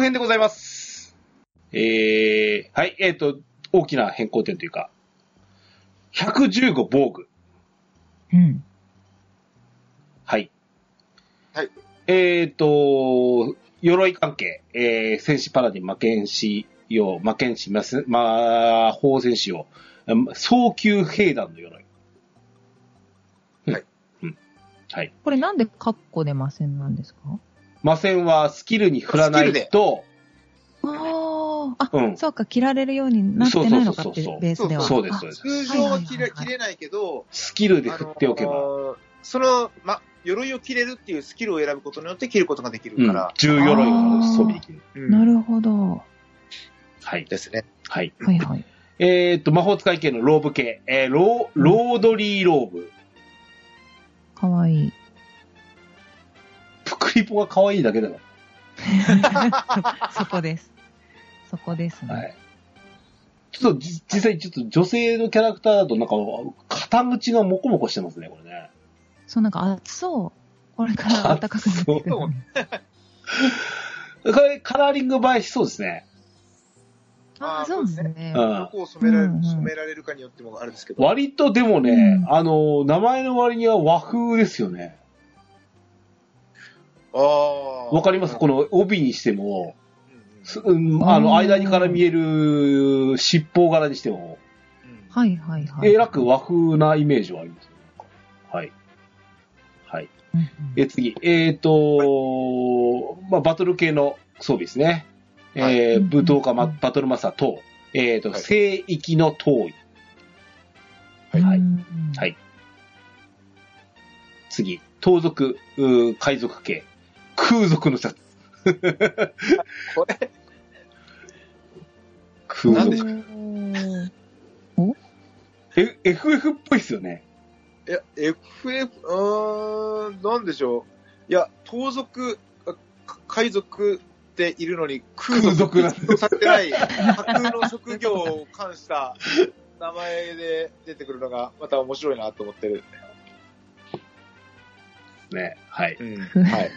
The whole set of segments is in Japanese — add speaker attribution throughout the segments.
Speaker 1: 編でございます。えー、はい、えっ、と、大きな変更点というか、115防具。
Speaker 2: うん。
Speaker 1: はい。
Speaker 3: はい。
Speaker 1: えっ、と、鎧関係、えー、戦士パラディン、魔剣士用、魔剣士、魔戦魔法戦士用、うん早級兵団の鎧。
Speaker 3: はい。
Speaker 1: うん。はい。
Speaker 2: これなんでカッコで魔線なんですか
Speaker 1: 魔戦はスキルに振らな
Speaker 3: スキル
Speaker 1: い
Speaker 3: で
Speaker 1: と、
Speaker 2: ああ。あ、
Speaker 1: うん。
Speaker 2: そうか、切られるようになってないのかっ
Speaker 1: そうそうそ
Speaker 2: て
Speaker 1: うそう
Speaker 2: ベースでは。
Speaker 1: そうです、そう
Speaker 2: あ
Speaker 1: です。
Speaker 3: 通常
Speaker 2: はい
Speaker 3: は切
Speaker 2: はいはい
Speaker 3: れ
Speaker 2: はい
Speaker 3: 切れないけど、
Speaker 1: スキルで振っておけば、
Speaker 3: あのーその、ま、鎧を切れるっていうスキルを選ぶことによって切ることができる
Speaker 1: う
Speaker 3: か
Speaker 1: ん
Speaker 3: ら。、
Speaker 1: 重鎧を装備できる。
Speaker 3: うん
Speaker 2: なるほど。
Speaker 1: はい。
Speaker 3: ですね。
Speaker 1: はい。
Speaker 2: はいはい。
Speaker 1: えーっと、魔法使い系のローブ系、えー、ロー、ロードリーローブ。
Speaker 2: かわいい。
Speaker 1: プクリポが可愛いだけだな。
Speaker 2: そこです。そこですね。
Speaker 1: はい。ちょっとじ、実際ちょっと女性のキャラクターだとなんか、肩口がモコモコしてますね、これね。
Speaker 2: そう、なんか暑そう。これから暖かくなってくるのに。
Speaker 1: これ、カラーリング映えしそうですね。
Speaker 2: ああ、そうですね
Speaker 1: う。
Speaker 3: ど
Speaker 1: ん。
Speaker 3: こを染められ
Speaker 2: うんうん
Speaker 3: る、染められるかによってもあるんですけど。
Speaker 1: 割とでもね、
Speaker 2: うん
Speaker 1: あの、名前の割には和風ですよね。
Speaker 3: ああ。
Speaker 1: わかりますこ
Speaker 3: の、
Speaker 1: の帯にしても、
Speaker 3: うんうん
Speaker 1: すうん、あ
Speaker 2: うん
Speaker 1: の、間にから見える尻尾柄にしても、
Speaker 3: うん
Speaker 2: はいはいはい。
Speaker 1: えらく和風なイメージはありますよね。はい。はい。
Speaker 2: うんうん。
Speaker 1: え、次。えっ、とまあ、バトル系の装備ですね。
Speaker 3: はい
Speaker 1: えー、武闘家、ま
Speaker 2: うん
Speaker 1: バトルマスター等。えっ、と、
Speaker 3: はい
Speaker 1: 聖域の遠い。
Speaker 3: はい
Speaker 1: はい
Speaker 2: うん
Speaker 1: はい次。盗賊、うー海賊系。空賊のシャツ。
Speaker 3: これ、
Speaker 1: 空
Speaker 3: なんでし
Speaker 1: 賊。
Speaker 3: ょ
Speaker 2: うん
Speaker 1: え、FF っぽいっすよね。
Speaker 3: いや、FF、うーん、なんでしょう。いや、盗賊、あか海賊っているのに、空
Speaker 1: 空族
Speaker 3: 族
Speaker 1: な
Speaker 3: なんん
Speaker 1: で
Speaker 3: てされてない、架空の職業を冠した名前で出てくるのが、また面白いなと思ってる。
Speaker 1: ね。はい。
Speaker 3: うん。はい。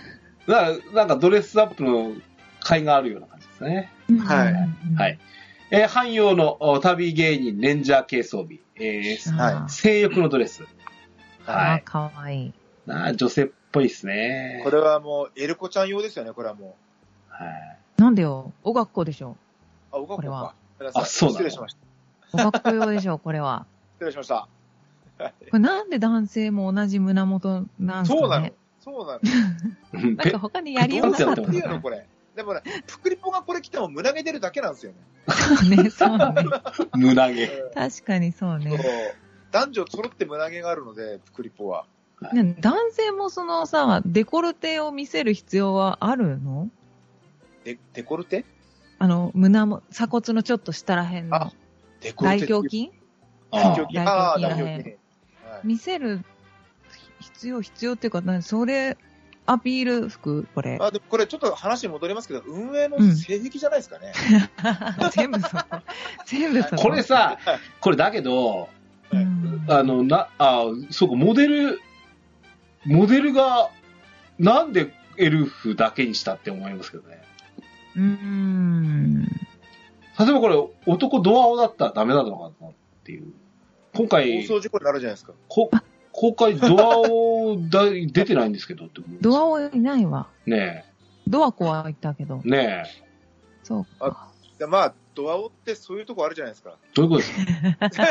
Speaker 1: ななんかドレスアップの甲斐があるような感じですね。
Speaker 3: はい
Speaker 1: はい。えー汎用のお旅芸人、レンジャー系装備。えー、
Speaker 3: はい
Speaker 2: あー
Speaker 1: 性欲のドレス。は
Speaker 2: あー、
Speaker 1: い。
Speaker 2: かわいい。
Speaker 1: なあ女性っぽいっすね。
Speaker 3: これはもう、エルコちゃん用ですよね、これはも
Speaker 1: はい。
Speaker 2: なんでよ、お学校でしょ。
Speaker 3: う。あ、おが
Speaker 2: これは
Speaker 3: か。ごめんなさい
Speaker 1: あそうなの
Speaker 3: 失礼しました。
Speaker 2: お学校用でしょ、これは。
Speaker 3: 失礼しました。
Speaker 2: これなんで男性も同じ胸元なんですかね
Speaker 3: そうなのそうなの。
Speaker 1: うん
Speaker 2: なん
Speaker 1: ペ
Speaker 2: か他にやりよ
Speaker 1: ど
Speaker 2: う
Speaker 1: う
Speaker 2: な
Speaker 1: や
Speaker 2: か
Speaker 1: っ
Speaker 2: ってた
Speaker 1: や
Speaker 3: なん
Speaker 1: って
Speaker 3: でやの、これ。でもね、プクリポがこれ来ても胸毛出るだけなんですよね。
Speaker 2: ね、そうね。
Speaker 1: 胸
Speaker 3: う
Speaker 1: 毛。
Speaker 3: ん
Speaker 2: 確かにそう
Speaker 3: そう
Speaker 2: ね。
Speaker 3: 男女揃って胸毛があるので、プクリポは。
Speaker 2: ね男性もそのさ、デコルテを見せる必要はあるの
Speaker 3: デデコルテ
Speaker 2: あの、胸も、鎖骨のちょっと下らへんの
Speaker 3: あ。デコル
Speaker 2: 大
Speaker 3: テ。
Speaker 2: 胸筋
Speaker 1: あ
Speaker 3: 大胸
Speaker 1: ー
Speaker 3: 筋。ああ、
Speaker 2: 大
Speaker 3: 大
Speaker 2: 胸筋
Speaker 3: 胸筋。はい
Speaker 2: 見せる必要、必要っていうか、なそれ、アピール服これ。
Speaker 3: あでもこれちょっと話に戻りますけど、運営の
Speaker 2: うん
Speaker 3: 性癖じゃないですかね。
Speaker 2: 全部そこ。全部そこ。
Speaker 1: これさ、これだけど、
Speaker 2: うん、
Speaker 1: あの、な、あーそうか、モデル、モデルが、なんでエルフだけにしたって思いますけどね。
Speaker 2: うーん。
Speaker 1: 例えばこれ、男ドアオだったらダメなのかなっていう。今
Speaker 3: 放
Speaker 1: 回、
Speaker 3: 送事故になるじゃないですか。
Speaker 1: こ公開ドアオだ出てないんですけどって思うんですよ
Speaker 2: ドアをいないわ。
Speaker 1: ね
Speaker 2: ドア子は言ったけど
Speaker 1: え、。ねえ、
Speaker 2: そうか。
Speaker 3: でまあ、ドアオってそういうとこあるじゃないですか。
Speaker 1: どういうことですか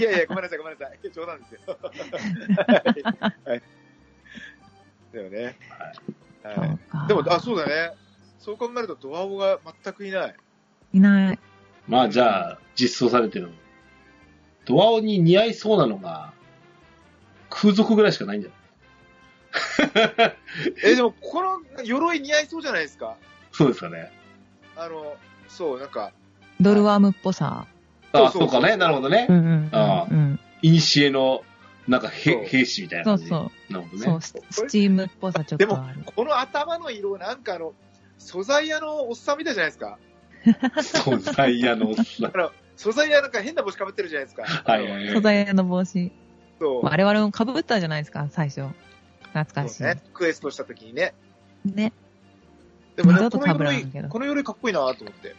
Speaker 3: いやいや、ごめんなさい、ごめんなさい。冗談ですよ。はいはい。だよね。
Speaker 2: そ
Speaker 3: は
Speaker 2: うか。
Speaker 3: い。でも、あ、そうだね。そう考えると、ドアオが全くいない。
Speaker 2: いない。
Speaker 1: まあじゃあ、実装されてるの。ドアオに似合いそうなのが、空賊ぐらいしかないんじゃない
Speaker 3: え、でも、この鎧似合いそうじゃないですか。
Speaker 1: そうですかね。
Speaker 3: あの、そう、なんか、
Speaker 2: ドルワームっぽさ。
Speaker 1: あ、
Speaker 3: そうそ
Speaker 1: そううかね。なるほどね
Speaker 2: う。んうん
Speaker 1: ああ
Speaker 2: うん。
Speaker 1: いにしえの、なんか
Speaker 3: そう
Speaker 1: へ、兵士みたいな
Speaker 2: そ
Speaker 1: 感
Speaker 2: う
Speaker 1: じ。
Speaker 2: そ
Speaker 1: なるほど
Speaker 2: う。そ
Speaker 1: ね
Speaker 2: う、。ススチームっぽさちょっ
Speaker 3: でも
Speaker 2: とある。
Speaker 3: この頭の色、なんかあの、素材屋のおっさんみたいじゃないです か。
Speaker 1: そう、ダイヤのおっさん。
Speaker 3: あの、素材屋なんか変な帽子かぶってるじゃないですか。
Speaker 1: はいはい
Speaker 2: 素
Speaker 1: はい。
Speaker 2: 材の帽子。
Speaker 3: そう。
Speaker 2: 我々も被ったじゃないですか、最初。懐かし
Speaker 3: そうね。クエストした時にね。
Speaker 2: い。ね。
Speaker 3: でもね、
Speaker 2: わざ
Speaker 3: ことの
Speaker 2: かぶらん
Speaker 3: 鎧
Speaker 2: けど、
Speaker 3: この鎧かっこいいなと思って。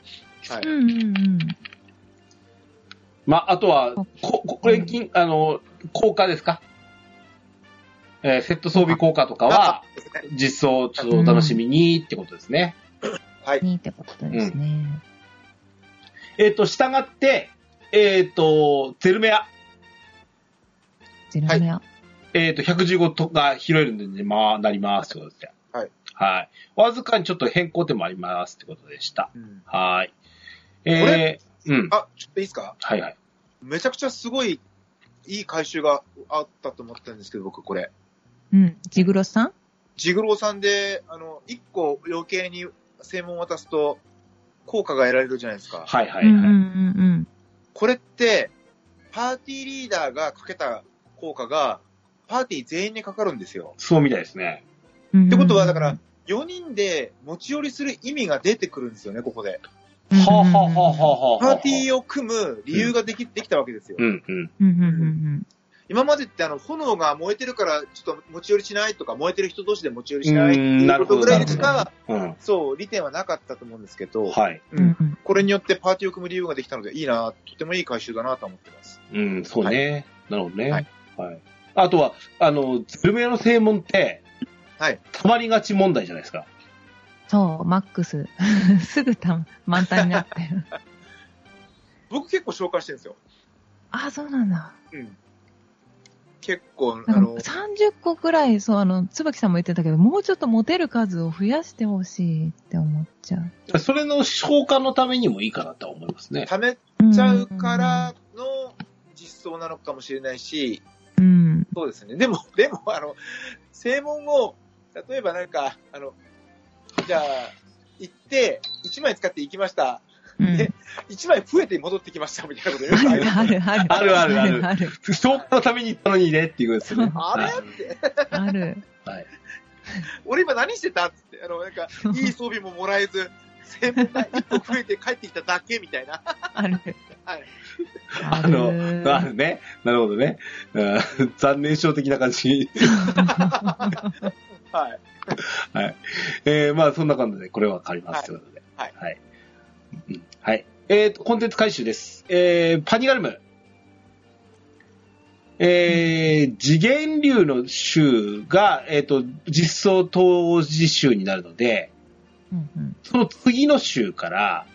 Speaker 3: はい。
Speaker 2: うんうんうん。
Speaker 1: まあ、あとは、こ、ここれ、金、あの、効果ですかえーセット装備効果とかは、実装、ちょっとお楽しみにってことですね。
Speaker 2: にってことですね。
Speaker 1: えっ、と、従って、えっ、と、ゼルメア、
Speaker 2: ゼルメア。
Speaker 1: えっ、と、115とか拾えるんで、まあ、なりますってことですね。
Speaker 3: はい。
Speaker 1: はい。わずかにちょっと変更点もありますってことでした。
Speaker 3: うん
Speaker 1: はい。
Speaker 3: こ
Speaker 1: え
Speaker 3: れ
Speaker 1: ー、うん。
Speaker 3: あ、ちょっといいですか
Speaker 1: はいはい。
Speaker 3: めちゃくちゃすごいいい回収があったと思ったんですけど、僕これ。
Speaker 2: うん。ジグロさん
Speaker 3: ジグローさんで、あの、一個余計に正門渡すと、効果が得られるじゃないですか。
Speaker 1: はいはいはい。
Speaker 2: うんうんうん
Speaker 3: これって、パーティーリーダーがかけた効果が、パーティー全員にかかるんですよ。
Speaker 1: そうみたいですね。
Speaker 2: うん。
Speaker 3: ってことは、だから、、4人で持ち寄りする意味が出てくるんですよね、ここで。
Speaker 1: はあ、はあはあはあはあ。
Speaker 3: パーティーを組む理由ができ、できたわけですよ。
Speaker 1: うんうん。
Speaker 2: うんうんうん
Speaker 3: 今までってあの、炎が燃えてるから、ちょっと持ち寄りしないとか、燃えてる人同士で持ち寄りしないって
Speaker 1: うん
Speaker 3: い
Speaker 1: な
Speaker 3: う
Speaker 1: る
Speaker 3: こ
Speaker 1: ほ
Speaker 3: と
Speaker 1: ど
Speaker 3: ぐらいし
Speaker 2: な
Speaker 3: か、
Speaker 1: うん。
Speaker 3: そう、利点はなかったと思うんですけど、
Speaker 1: はい。
Speaker 2: うん。うんうん
Speaker 3: これによってパーティーを組む理由ができたので、いいな、とてもいい回収だなと思ってます。
Speaker 1: うん、そうね。なるほどね。は
Speaker 3: はいい。
Speaker 1: あとは、あの、ズルメアの正門って、
Speaker 3: はい。
Speaker 1: たまりがち問題じゃないですか。
Speaker 2: そう、マックス。 すぐた満タンになってる。
Speaker 3: 僕結構紹介してるんですよ。
Speaker 2: あ、そうなんだ。
Speaker 3: うん。結構、
Speaker 2: な
Speaker 3: あ
Speaker 2: ん
Speaker 3: の
Speaker 2: か、30個ぐらい、そう、あの、椿さんも言ってたけど、もうちょっと持てる数を増やしてほしいって思っちゃう。
Speaker 1: それの消化のためにもいいかなとは思いますね。
Speaker 3: 溜め
Speaker 2: うん
Speaker 3: ちゃうから、の実装なのかもしれないし、
Speaker 2: うん。
Speaker 3: そうですね。でも、 でも、あの、正門を、例えばなんか、あの、じゃあ、行って、1枚使って行きました。
Speaker 2: うん
Speaker 3: ね1枚増えて戻ってきました、みたいなことよく
Speaker 2: あ
Speaker 3: あ り
Speaker 2: る
Speaker 3: ます
Speaker 2: あるある。
Speaker 1: あるあるある
Speaker 2: ある
Speaker 1: 消化のために行ったのにねっていうことですよね。
Speaker 3: あ
Speaker 1: は
Speaker 3: れ
Speaker 1: い
Speaker 3: って、
Speaker 2: ある。
Speaker 3: 俺今何してたっつって、あの、な んか、いい装備ももらえず、正門が1個増えて帰ってきただけみたいな。
Speaker 2: ある。
Speaker 3: はい
Speaker 2: あ
Speaker 1: あの
Speaker 2: る。
Speaker 1: あるね。なるほどね。うん 残念症的な感じ。
Speaker 3: はい。
Speaker 1: えー、まあそんな感じで、これは変わりますということで。
Speaker 3: はい
Speaker 1: はい。うんはい。えーと、コンテンツ回収です。えー、パニガルム。えー、次元流の週が、えっ、と、実装当時週になるので、
Speaker 2: うんうん
Speaker 1: その次の週から、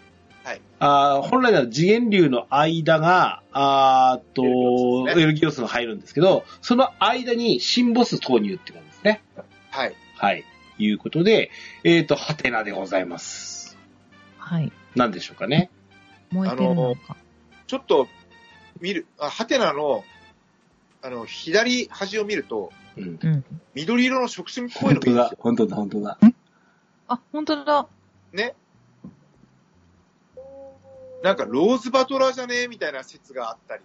Speaker 3: はい
Speaker 1: あー本来なら次元流の間が、あー
Speaker 3: エルギオ
Speaker 1: と、
Speaker 3: スです
Speaker 1: エ
Speaker 3: ね
Speaker 1: ルギオスが入るんですけど、その間に新ボス投入ってことですね。
Speaker 3: はい。
Speaker 1: はい。いうことで、えっ、と、ハテナでございます。
Speaker 2: はい。
Speaker 1: なんでしょうかね。
Speaker 2: 燃えてるのか。
Speaker 3: ちょっと、見る、あ、ハテナの、あの、左端を見ると、
Speaker 1: うん。
Speaker 2: うん。
Speaker 3: 緑色の触手っぽ
Speaker 1: 本
Speaker 3: いのがい
Speaker 1: 当
Speaker 3: いんです
Speaker 1: だ
Speaker 3: よ。、
Speaker 1: 本当だ、本当だ。
Speaker 2: あ、本当だ。
Speaker 3: ね。なんか、ローズバトラーじゃねえみたいな説があったり。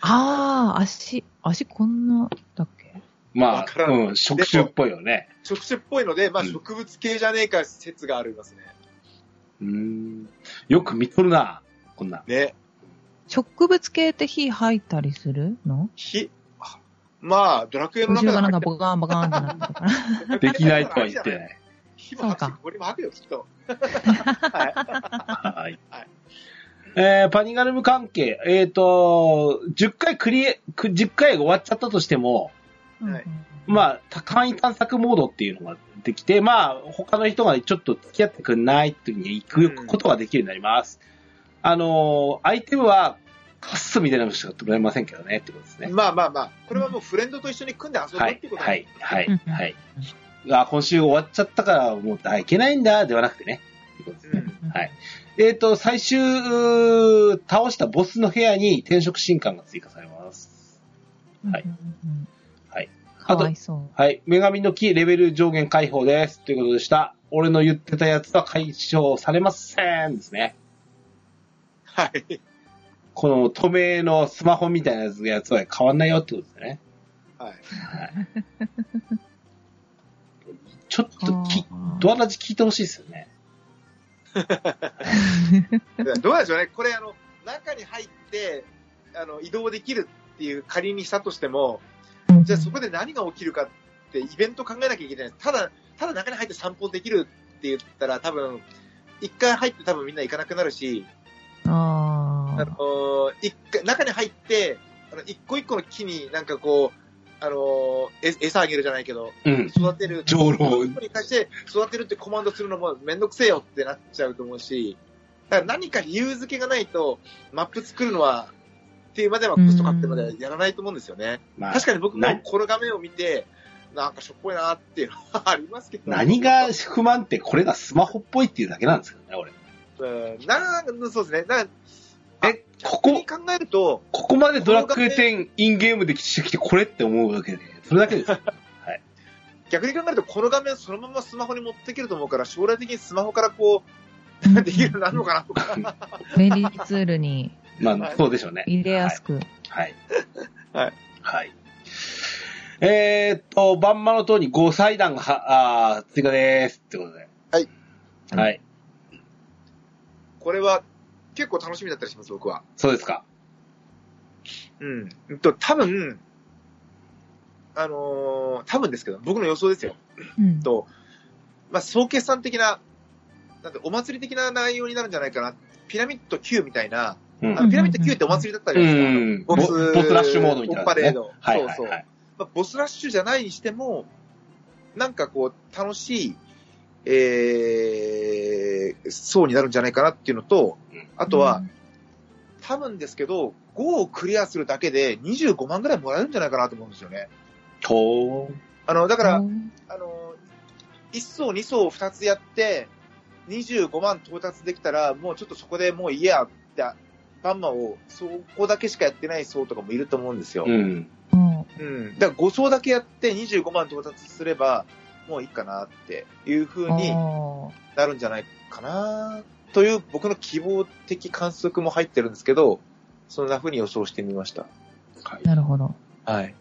Speaker 2: ああ、足、足こんなだっけ
Speaker 1: ま
Speaker 3: わか
Speaker 1: あ、
Speaker 3: らん
Speaker 1: うん、触手っぽいよね。
Speaker 3: 触手っぽいので、まあ、
Speaker 1: うん
Speaker 3: 植物系じゃねえか説がありますね。
Speaker 1: うーん。よく見とるな、こんなん。
Speaker 3: ね。
Speaker 2: 植物系って火吐いたりするの
Speaker 3: ひ、あまあ、ドラクエの
Speaker 2: 後
Speaker 3: 中
Speaker 2: ろ
Speaker 3: で
Speaker 2: がなんかボカンボカンってなってるから。
Speaker 1: できないとは 言って
Speaker 3: い。
Speaker 1: ない。
Speaker 3: 火も吐
Speaker 2: そう
Speaker 3: く
Speaker 2: か
Speaker 3: し、これも吐くよ、きっと。
Speaker 1: はい
Speaker 3: はい。
Speaker 1: えー、パニガルム関係、えっ、と、10回クリエ、く10回終わっちゃったとしても、
Speaker 2: うんうん
Speaker 3: はい
Speaker 1: まあ、簡易探索モードっていうのができて、まあ、他の人がちょっと付き合ってくんないっていう時に行くことができるようになります。あのー、アイテムはカッスみたいなのしか取れませんけどねってことですね。
Speaker 3: まあまあまあ、これはもうフレンドと一緒に組んで遊ぶ
Speaker 1: は
Speaker 3: っ
Speaker 1: い
Speaker 3: ていう、こと
Speaker 1: は
Speaker 3: で
Speaker 1: い、はい
Speaker 2: うん、
Speaker 1: はい。あ、今週終わっちゃったから、もう、あ、いけないんだ、ではなくてね。ってことです
Speaker 3: う
Speaker 1: ね。
Speaker 3: ん
Speaker 1: はい。えっ、と、最終、うー倒したボスの部屋に転職新刊が追加されます。はい
Speaker 2: うんうんうん
Speaker 1: はい。
Speaker 2: かわいそう。
Speaker 1: はい。女神の木レベル上限解放です。ということでした。俺の言ってたやつは解消されませんですね。
Speaker 3: はい。
Speaker 1: この透明のスマホみたいなやつやつは変わんないよってことですね。
Speaker 3: はい。
Speaker 1: はい。ちょっとき、
Speaker 2: あー
Speaker 1: ドアラジ聞いてほしいですよね。
Speaker 3: い やどうなんでしょうね。これ、あの、中に入って、あの、移動できるっていう仮にしたとしても、じゃあそこで何が起きるかってイベント考えなきゃいけない。ただ、ただ中に入って散歩できるっって言ったら多分、一回入って多分みんな行かなくなるし、
Speaker 2: あ
Speaker 3: あ
Speaker 2: あ
Speaker 3: の。ー一回、中に入って、あの、一個一個の木になんかこう、あのーえ餌あげるじゃないけど、
Speaker 1: うん。
Speaker 3: 育てる。
Speaker 1: 上路
Speaker 3: 一個に対して育てるってコマンドするのもめんどくせえよってなっちゃうと思うし、だから何か理由付けがないと、マップ作るのは、っていうまではコストかってまではやらないと思うんですよね。
Speaker 1: まあ
Speaker 3: 確、かに僕も
Speaker 1: な
Speaker 3: この画面を見て、なんかしょっぽいなっていうのはありますけど。
Speaker 1: 何が不満って、これがスマホっぽいっていうだけなんですけどね、俺。
Speaker 3: うんなんかそうですね。なんか
Speaker 1: え、こ
Speaker 3: 逆に
Speaker 1: こ、
Speaker 3: 考えると、
Speaker 1: ここまでドラクエ10インゲームでしてきてこれって思うわけで、それだけです。
Speaker 3: 逆に考えると、この画面そのままスマホに持っていけると思うから、将来的にスマホからこ う、できるようになるのかなとか。
Speaker 2: 便利ツールに
Speaker 1: まあ、そうでしょうね。
Speaker 2: 入れやすく。
Speaker 1: はい。
Speaker 3: はい。
Speaker 1: はい。えーっと、バンマの塔に5祭壇がは、あー追加でーす。ってことで。
Speaker 3: はい。
Speaker 1: はい。
Speaker 3: これは結構楽しみだったりします、僕は。
Speaker 1: そうですか。
Speaker 3: うん。うんと、多分、あのー多分ですけど、僕の予想ですよ。
Speaker 2: うん。
Speaker 3: と、まあ、総決算的な、なんてお祭り的な内容になるんじゃないかな。ピラミッド Q みたいな、
Speaker 1: う
Speaker 3: あ
Speaker 1: ん。
Speaker 3: のピラミッド Q ってお祭りだったじゃ
Speaker 1: う
Speaker 3: ないですか。
Speaker 1: ん。ボボスラッシュモードみたいな、
Speaker 3: ボスパレード。
Speaker 1: はい
Speaker 3: そう
Speaker 1: はい
Speaker 3: そう、
Speaker 1: はい。
Speaker 3: まあ。ボスラッシュじゃないにしても、なんかこう、楽しい、えー、層になるんじゃないかなっていうのと
Speaker 1: うん、
Speaker 3: あとは、多分ですけど、5をクリアするだけで25万ぐらいもらえるんじゃないかなと思うんですよね。
Speaker 1: ほー。
Speaker 3: あの、
Speaker 2: だ
Speaker 3: だから、あの、1層、2層、2つやって、25万到達できたら、もうちょっとそこでもういいやって、バンマを、そこだけしかやってない層とかもいると思うんですよ。
Speaker 1: うん。
Speaker 2: うん、
Speaker 3: うん。だから5層だけやって25万到達すれば、もういいかなっていう風に
Speaker 2: あ
Speaker 3: なるんじゃないかなという僕の希望的観測も入ってるんですけど、そんな風に予想してみました。
Speaker 1: はい
Speaker 2: ー。なるほど。
Speaker 3: はい。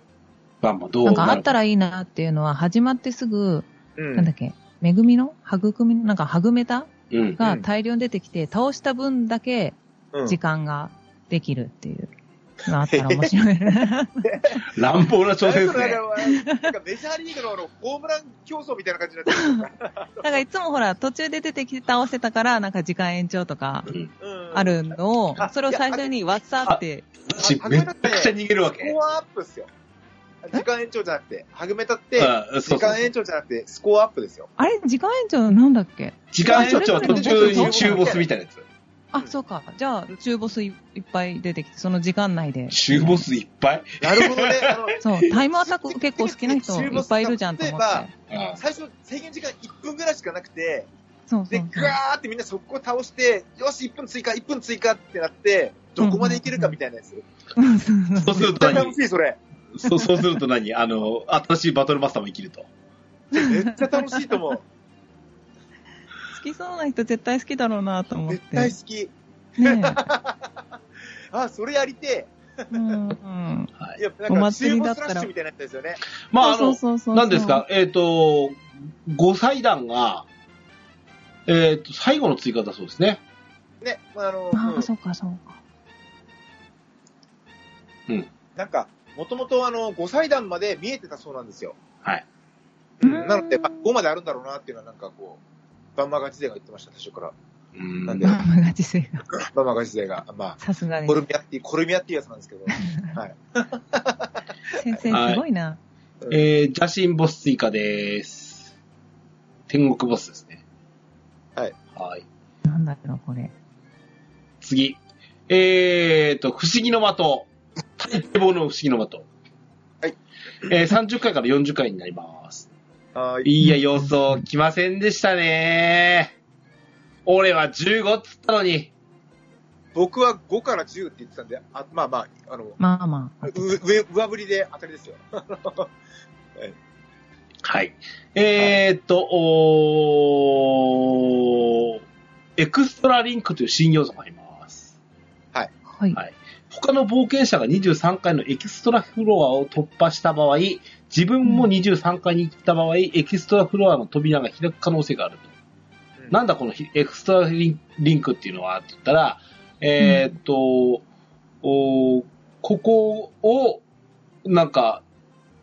Speaker 1: バンマどう
Speaker 2: なんかあった
Speaker 1: ら、
Speaker 2: らいいなっていうのは、始まってすぐ、
Speaker 3: うん。
Speaker 2: なんだっけ、恵みの育みのなんか、はぐめた
Speaker 1: うん。
Speaker 2: が大量に出てきて、倒した分だけ
Speaker 3: うん
Speaker 2: 時間ができるって いうのあったら面白い。
Speaker 1: 乱暴な挑戦です
Speaker 3: なん
Speaker 1: ね
Speaker 3: か。お前なんかメジャーリーグのあのホームラン競争みたいな感じになってる。
Speaker 2: なんかいつもほら、途中で出てきて倒せたから、なんか時間延長とか
Speaker 1: うん。
Speaker 3: うん
Speaker 2: あるのを
Speaker 3: あ、
Speaker 2: それを最初にわっさって、
Speaker 1: 私、めっちゃくちゃ逃げるわけ
Speaker 3: ス。コアアップっすよ。時間延長じゃなくて、はぐめたって、
Speaker 1: うんそ
Speaker 3: 時
Speaker 1: うそう
Speaker 3: 間延長じゃなくて、スコアアップで すよ。
Speaker 2: あれ時間延長なんだっけ
Speaker 1: 時間延長は途中に中ボスみたいなやつ。
Speaker 2: あ、
Speaker 3: うん
Speaker 2: そうか。じゃあ、中ボスいいっぱい出てきて、その時間内で。
Speaker 1: 中ボスいっぱい
Speaker 3: なるほどね。あの、
Speaker 2: そう、タイムアタック結構好きな人いっぱいいるじゃんと思って。
Speaker 1: うん
Speaker 3: 最初制限時間1分ぐらいしかなくて、
Speaker 2: そうそ
Speaker 3: で、
Speaker 2: う
Speaker 3: ぐわーってみんなそこ倒して、よし、1分追加、1分追加ってなって、どこまでいけるかみたいなやつ。
Speaker 2: うんそうそう。
Speaker 1: そうする
Speaker 3: 絶
Speaker 1: と
Speaker 3: 対楽
Speaker 1: 何
Speaker 3: しい、それ。
Speaker 1: そうそうすると何 あの、新しいバトルマスターも生きると。
Speaker 3: めっちゃ楽しいと思う。
Speaker 2: 好きそうな人絶対好きだろうな と思って。
Speaker 3: 絶対好き。
Speaker 2: ね
Speaker 3: あ、それやりて
Speaker 2: え。うんうん。
Speaker 3: え。いや、なん
Speaker 2: お
Speaker 3: か、
Speaker 2: 祭
Speaker 3: 中
Speaker 2: りだ
Speaker 3: ボ
Speaker 2: った
Speaker 3: スラ
Speaker 2: ら
Speaker 3: ッシュみたいなやつですよね。
Speaker 1: まあ、あの、
Speaker 2: そうそうそうそう
Speaker 1: 何ですかえっと、5祭壇が、えっと、最後の追加だそうですね。
Speaker 3: ね、まあ、あの、
Speaker 2: あ
Speaker 3: う
Speaker 2: あ、
Speaker 3: ん
Speaker 2: そうかそうか。
Speaker 3: なんか、もともとあの、5祭壇まで見えてたそうなんですよ。
Speaker 1: はい。
Speaker 3: うん
Speaker 2: うん
Speaker 3: なので、まあ5まであるんだろうなっていうのはなんかこう、バンマガチ勢が言ってました、最初から。
Speaker 1: うん
Speaker 3: なんで
Speaker 2: ママガチ勢が。
Speaker 3: バンマガチ勢が。ま
Speaker 2: さすが
Speaker 3: あ、
Speaker 2: で
Speaker 3: コル
Speaker 2: す。
Speaker 3: ミアっていう、コルミアっていうやつなんですけど。
Speaker 2: 先生すごいな。
Speaker 1: えー、邪神ボス追加です。天国ボスですね。
Speaker 3: はい。
Speaker 1: はい。
Speaker 2: なんだろう、これ。
Speaker 1: 次。えーと、不思議の的。大抵棒の不思議の的。
Speaker 3: はい。
Speaker 1: えー、30回から40回になります。
Speaker 3: あー
Speaker 1: いや、予想来ませんでしたね。俺は15っつったのに。
Speaker 3: 僕は5から10って言ってたんで、あまあまあ、あの、
Speaker 2: まあまあ。
Speaker 3: う上、上振りで当たりですよ。
Speaker 1: はい。えーっと、おーエクストラリンクという新要素があります。
Speaker 2: はい。
Speaker 1: はい他の冒険者が23回のエキストラフロアを突破した場合、自分も23回に行った場合、エキストラフロアの扉が開く可能性があると。なん
Speaker 3: だ
Speaker 1: だこのひエクストラリンリンクっていうのはって言ったら、えーっと、おーここを、なんか、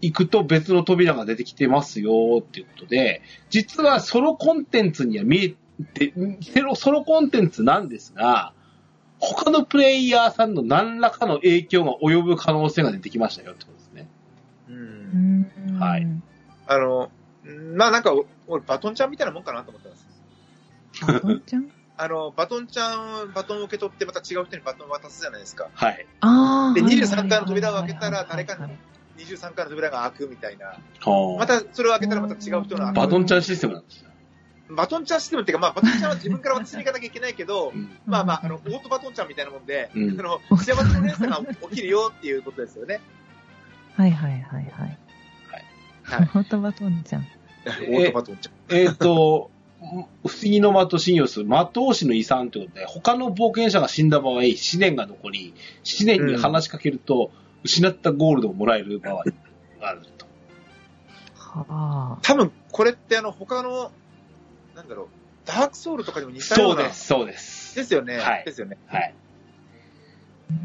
Speaker 1: 行くと別の扉が出てきてますよっていうことで、実はソロコンテンツには見えて、ソロソロコンテンツなんですが、他のプレイヤーさんの何らかの影響が及ぶ可能性が出てきましたよってことですね。
Speaker 3: う。
Speaker 2: うんん。
Speaker 1: はい
Speaker 3: あの、まあなんか、お俺、バトンちゃんみたいなもんかなと思ったんです。
Speaker 2: バトンちゃん
Speaker 3: あの、バトンちゃん、バトンを受け取って、また違う人にバトンを渡すじゃないですか。
Speaker 1: はい。
Speaker 2: ああ。
Speaker 3: で
Speaker 2: はいはい
Speaker 3: 23
Speaker 2: はい
Speaker 3: 回の扉を開けたら誰かに
Speaker 2: はいはいはい
Speaker 3: 23回の扉が開くみたいな。
Speaker 1: は
Speaker 3: ま
Speaker 1: あ
Speaker 3: た、それを開けたらまた違う人の開く
Speaker 1: バトンちゃんシステムなんですよ。
Speaker 3: バトンちゃんシステムっていうか、まあ、バトンちゃんは自分から渡しに行かなきゃいけないけど
Speaker 1: う、ん
Speaker 3: まあまあ、あの、オートバトンちゃんみたいなもんで、
Speaker 1: うん
Speaker 3: あの、幸せの連鎖が起きるよっていうことですよね。
Speaker 2: はいはいはいはい。
Speaker 3: はい
Speaker 2: オートバトンちゃん。
Speaker 3: オートバトンちゃん。
Speaker 1: えっ、と、不思議の的信用する魔闘士の遺産ということで、他の冒険者が死んだ場合、試練が残り、試練に話しかけると、失ったゴールドをもらえる場合があると。
Speaker 2: はあ。
Speaker 3: 多分、これってあの、他の、なんだろう、ダークソウルとかにも似たよ
Speaker 1: そうう
Speaker 3: な。
Speaker 1: です、そうです。
Speaker 3: ですよね。
Speaker 1: はい
Speaker 3: ですよね。
Speaker 1: はい。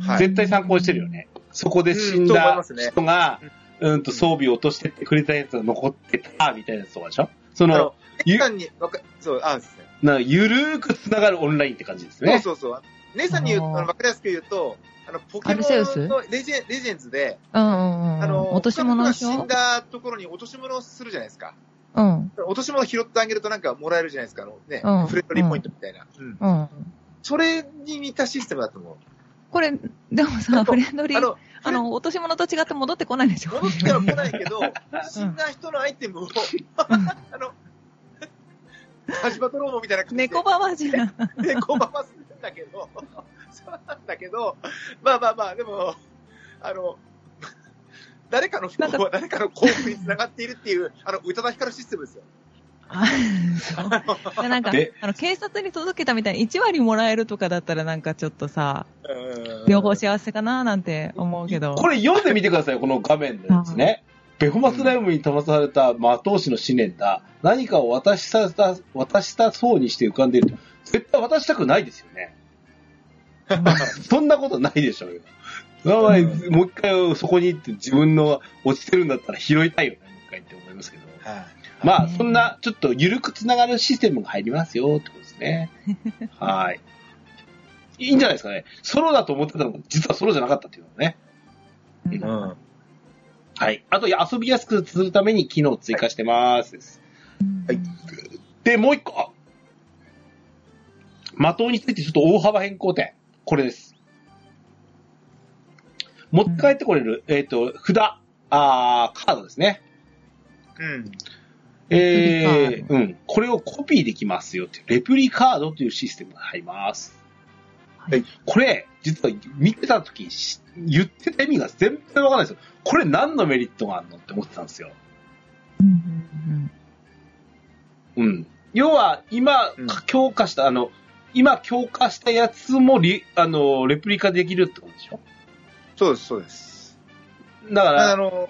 Speaker 3: はい
Speaker 1: 絶対参考にしてるよね。そこで死ん
Speaker 3: うんと思い
Speaker 1: だ
Speaker 3: ますね
Speaker 1: 人が、うんと装備を落としてってくれたやつが残ってた、みたいなやつとかでしょそ
Speaker 3: あ
Speaker 1: の、
Speaker 3: の、
Speaker 1: ゆ
Speaker 3: 姉さんに、わか、そう、あ、ですね。
Speaker 1: なゆるーく繋がるオンラインって感じですね。
Speaker 3: そうそうそう。姉さんに言う、
Speaker 2: あ
Speaker 3: あ
Speaker 2: の
Speaker 3: の、わかりやすく言うと、あの、ポケ
Speaker 2: ア
Speaker 3: モ
Speaker 2: ルセウス
Speaker 3: ンのレジェンレジェンズで、
Speaker 2: うんうんうん。
Speaker 3: あの、
Speaker 2: 落とし物でし
Speaker 3: 他の人が死
Speaker 2: ょ
Speaker 3: んだところに落とし物をするじゃないですか。
Speaker 2: うん。
Speaker 3: 落とし物を拾ってあげるとなんかもらえるじゃないですか。あのね、
Speaker 2: うん
Speaker 3: フレンドリーポイントみたいな。うん
Speaker 2: うん。
Speaker 3: それに似たシステムだと思う。
Speaker 2: これ、でも
Speaker 3: あ
Speaker 2: さ、
Speaker 3: と
Speaker 2: フレンドリ
Speaker 3: あ
Speaker 2: ー、
Speaker 3: の、
Speaker 2: あの、落とし物と違って戻ってこないでしょ
Speaker 3: 戻っては来ないけど、死んだ人のアイテムを、 あの、始まったろうもみたいな感じで。
Speaker 2: 猫ばばじゃ ん。
Speaker 3: で、こばばするんだけど、そうなんだけど、まあまあまあ、でも、あの、誰かの不幸は誰かの幸福につながっているっていう、あの、宇多田ヒカルシステムですよ。
Speaker 2: あそうでなんか
Speaker 1: で、
Speaker 2: あの、警察に届けたみたいに1割もらえるとかだったらなんかちょっとさ、
Speaker 3: うん
Speaker 2: 両方幸せかななんて思うけど。
Speaker 1: これ読んでみてください、この画面でですね。ベホマスライムに騙された魔闘士の思念だ。何かを渡した、渡したそうにして浮かんでいる。絶対渡したくないですよね。そんなことないでしょうよ。まあまあ
Speaker 3: う
Speaker 1: もう一回そこに行って自分の落ちてるんだったら拾いたいよね、もう一回って思いますけど。
Speaker 3: はい
Speaker 1: まあ、
Speaker 2: ね
Speaker 1: そんな、ちょっと緩くつながるシステムが入りますよ、ってことですね。はい。いいんじゃないですかね。ソロだと思ってたのが、実はソロじゃなかったっていうのはね。
Speaker 2: うん
Speaker 3: うん。
Speaker 1: はい。あと、遊びやすくするために機能を追加してます。
Speaker 3: はい
Speaker 1: で、もう一個。あ的についてちょっと大幅変更点。これです。持って帰ってこれる、えっ、と、札、あーカードですね。
Speaker 3: うん。
Speaker 1: え
Speaker 2: レプリ
Speaker 1: ー、うん。これをコピーできますよっていう、レプリカードというシステムが入ります。
Speaker 2: はい
Speaker 1: これ、実は見てた時し言ってた意味が全然わかんないですよ。これ何のメリットがあるのって思ってたんですよ。
Speaker 2: うんうん
Speaker 1: うん。要は、今
Speaker 3: うん、
Speaker 1: 強化した、あの、今強化したやつもリ、あの、レプリカできるってことでしょ
Speaker 3: そうです、そうです。
Speaker 1: だか
Speaker 3: あ
Speaker 1: ら、
Speaker 3: の、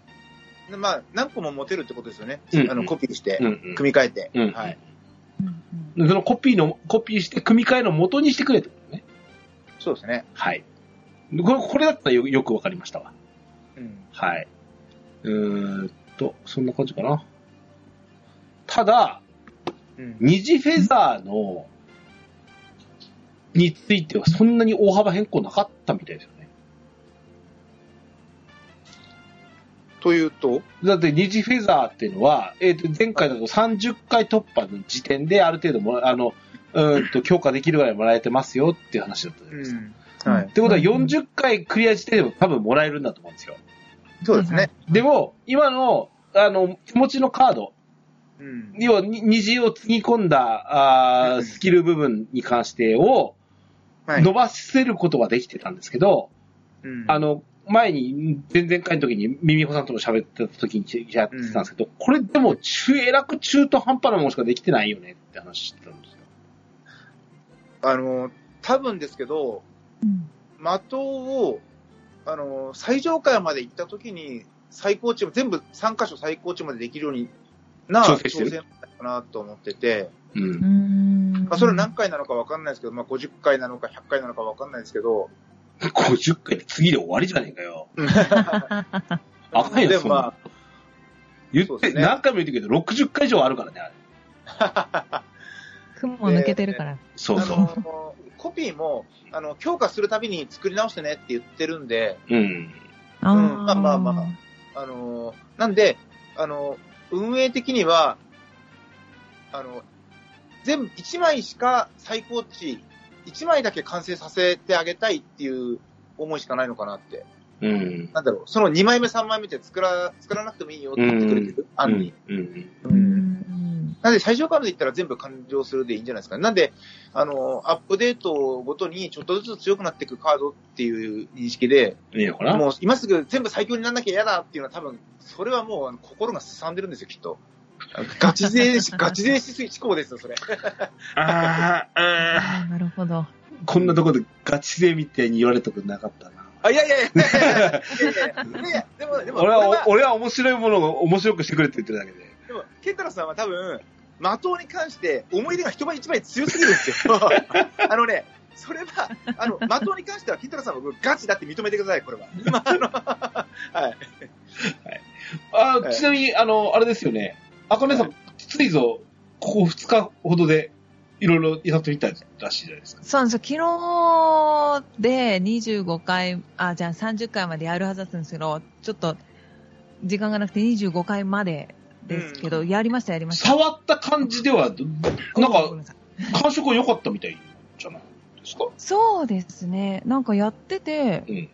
Speaker 3: まあ、何個も持てるってことですよね。
Speaker 1: うん
Speaker 3: あの、コピーして
Speaker 1: う、ん、
Speaker 3: 組み替えて。
Speaker 1: うん。うん。
Speaker 3: はい。
Speaker 2: うんうんうん
Speaker 1: そのコピーの、コピーして組み替えの元にしてくれってことね。
Speaker 3: そうですね。
Speaker 1: はい。これ、これだったらよよくわかりましたわ。
Speaker 3: うん。
Speaker 1: はい。うーんと、そんな感じかな。ただ、
Speaker 3: うん。
Speaker 1: 虹フェザーの、についてはそんなに大幅変更なかったみたいですよね。
Speaker 3: というと、
Speaker 1: だって、二次フェザーっていうのは、えっ、と、前回だと30回突破の時点で、ある程度もら、あの、うーんと、強化できるぐらいもらえてますよっていう話だったじゃないですか。
Speaker 3: ん。はい
Speaker 1: っ。てことは、
Speaker 2: うん
Speaker 1: 40回クリア時点でも多分もらえるんだと思うんですよ。
Speaker 3: そうですね。
Speaker 1: でも、今の、あの、手持ちのカード、
Speaker 3: うん。
Speaker 1: 要は、に虹をつぎ込んだ、あー
Speaker 3: うん
Speaker 1: スキル部分に関してを、
Speaker 3: はい
Speaker 1: 伸。ばせることができてたんですけど、
Speaker 3: うん
Speaker 1: あ、の、前に、前々回の時に、ミミホさんとも喋ってた時にやってたんですけど、これでも中、えらく中途半端なものしかできてないよねって話してたんですよ。
Speaker 3: あの、多分ですけど、
Speaker 2: うん
Speaker 3: 的を、あの、最上階まで行った時に、最高値も全部3箇所最高値までできるようにな、
Speaker 1: 調
Speaker 3: 挑
Speaker 1: 整してる
Speaker 3: 戦かなと思ってて、
Speaker 1: う。
Speaker 2: うんん
Speaker 3: まあ、それは何回なのかわかんないですけど、まあ、50回なのか100回なのかわかんないですけど、
Speaker 1: 50回で次で終わりじゃねえかよ。あかんよ、
Speaker 3: で
Speaker 1: そんな
Speaker 3: ま
Speaker 1: 言
Speaker 3: そう
Speaker 1: っ
Speaker 3: で
Speaker 1: て、
Speaker 3: すね
Speaker 1: 何回も言ってるけど、60回以上あるからね、あれ。
Speaker 3: あ、
Speaker 2: 雲も抜けてるから。
Speaker 1: そうそ
Speaker 3: あ
Speaker 1: う。
Speaker 3: のコピーもあの強化するたびに作り直してねって言ってるんで、
Speaker 1: うん。
Speaker 2: あー
Speaker 3: まあまあまああのなんであの、運営的にはあの全部1枚しか最高値、1枚だけ完成させてあげたいっていう思いしかないのかなって、
Speaker 1: うん。
Speaker 3: なんだろう、その2枚目、3枚目って作ら作らなくてもいいよって言ってくれてる、
Speaker 1: う
Speaker 3: 案に
Speaker 1: ん。。うん。
Speaker 2: うんうん
Speaker 3: なんで最初からで言ったら全部完了するでいいんじゃないですか。なんで、あの、アップデートごとにちょっとずつ強くなっていくカードっていう認識で、
Speaker 1: いいのかな
Speaker 3: もう今すぐ全部最強にならなきゃ嫌だっていうのは多分、それはもうあの心がすさんでるんですよ、きっと。ガチ勢し、ガチ勢しすぎ思考ですよ、それ。
Speaker 1: あー
Speaker 2: あ
Speaker 1: あ
Speaker 2: ーなるほど。
Speaker 1: ー、こんなとこでガチ勢みたいに言われたことなかったな。
Speaker 3: あ、いやいやいやい やいやいやいや、でも、で
Speaker 1: 俺
Speaker 3: も、これ
Speaker 1: は、俺は面白いものを面白くしてくれって言ってるだけで。
Speaker 3: でも、ケンタロウさんは多分、的に関して思い出が一枚一枚強すぎるんで すよ。あのね、それは、あの、的に関しては、ケンタロウさんは僕ガチだって認めてください、これは。今の、はい。
Speaker 1: あ
Speaker 3: ええ
Speaker 1: ちなみに、あの、あれですよね。あかねさん、ついぞ、ここ2日ほどで、いろいろイラスト見たらしいじゃないですか。
Speaker 2: そうなんですよ。昨日で25回、あ、じゃあ30回までやるはずだったんですけど、ちょっと時間がなくて25回までですけど、
Speaker 3: うん
Speaker 2: やりました、やりました。
Speaker 1: 触った感じでは、どなん
Speaker 2: ごめ
Speaker 1: か、
Speaker 2: んなさい
Speaker 1: 感触良かったみたいじゃないですか。
Speaker 2: そうですね。なんかやってて、
Speaker 1: うん
Speaker 2: い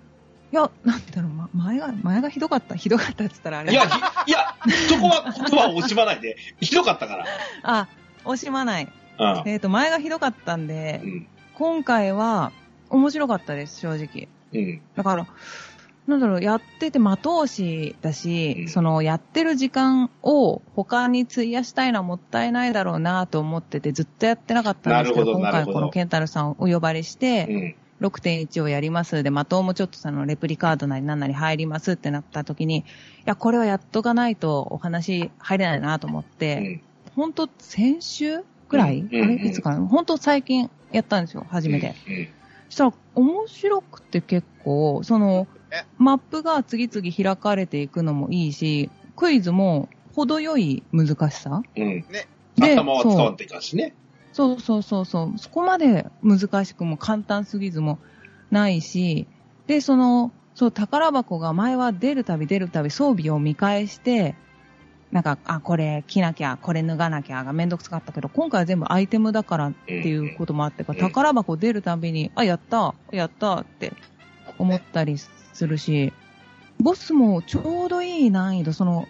Speaker 2: や、なんだろう、ま、前が、前がひどかった、ひどかったって言ったらあれ。
Speaker 1: いや、ひいや、そこは言葉を惜しまないで。ひどかったか
Speaker 2: あ、惜しまない。
Speaker 1: ら。
Speaker 2: えっ、と、前がひどかったんで
Speaker 1: う、ん。
Speaker 2: 今回は面白かったです、正直。
Speaker 1: うん。
Speaker 2: だから、なんだろう、やってて的通しだし、
Speaker 1: うん
Speaker 2: その、やってる時間を他に費やしたいのはもったいないだろうなと思ってて、ずっとやってなかったんですけど、
Speaker 1: なるほど
Speaker 2: 今
Speaker 1: なる
Speaker 2: 回
Speaker 1: ほど
Speaker 2: このケンタルさんをお呼ばれして、
Speaker 1: うん。
Speaker 2: 6.1をやりますで、的もちょっとそのレプリカードなりなんなり入りますってなった時に、いや、これはやっとかないとお話入れないなと思って、本当先週くら
Speaker 1: う
Speaker 2: い、
Speaker 1: ん
Speaker 2: あ
Speaker 1: うんうん
Speaker 2: れいつかな本当最近やったんですよ、初めて。
Speaker 1: うん。
Speaker 2: したら面白くて結構、その
Speaker 3: え、
Speaker 2: マップが次々開かれていくのもいいし、クイズも程よい難しさ
Speaker 1: うん。
Speaker 2: で、
Speaker 1: 頭は使
Speaker 2: そ
Speaker 1: わ
Speaker 2: うん
Speaker 1: といかんしね。
Speaker 2: そうそうそうそう、そこまで難しくも簡単すぎずもないし、で、その、そう、宝箱が前は出るたび出るたび装備を見返して、なんか、あ、これ着なきゃ、これ脱がなきゃがめんどくさかったけど、今回は全部アイテムだからっていうこともあってか、
Speaker 1: うん
Speaker 2: 宝箱出るたびに、あ、やった、やったって思ったりするし、ボスもちょうどいい難易度、その、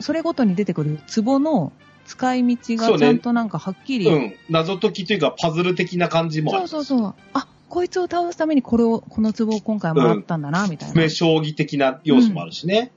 Speaker 2: それごとに出てくる壺の使い道
Speaker 1: そう
Speaker 2: が
Speaker 1: ね
Speaker 2: ちゃんとなんかはっきり、
Speaker 1: うん。謎解きというか、パズル的な感じもあ
Speaker 2: そ
Speaker 1: る
Speaker 2: う。そうそう。あ、こいつを倒すためにこれを、この壺を今回もらったんだな、みたいな
Speaker 1: 詰。将棋的な要素もあるしね。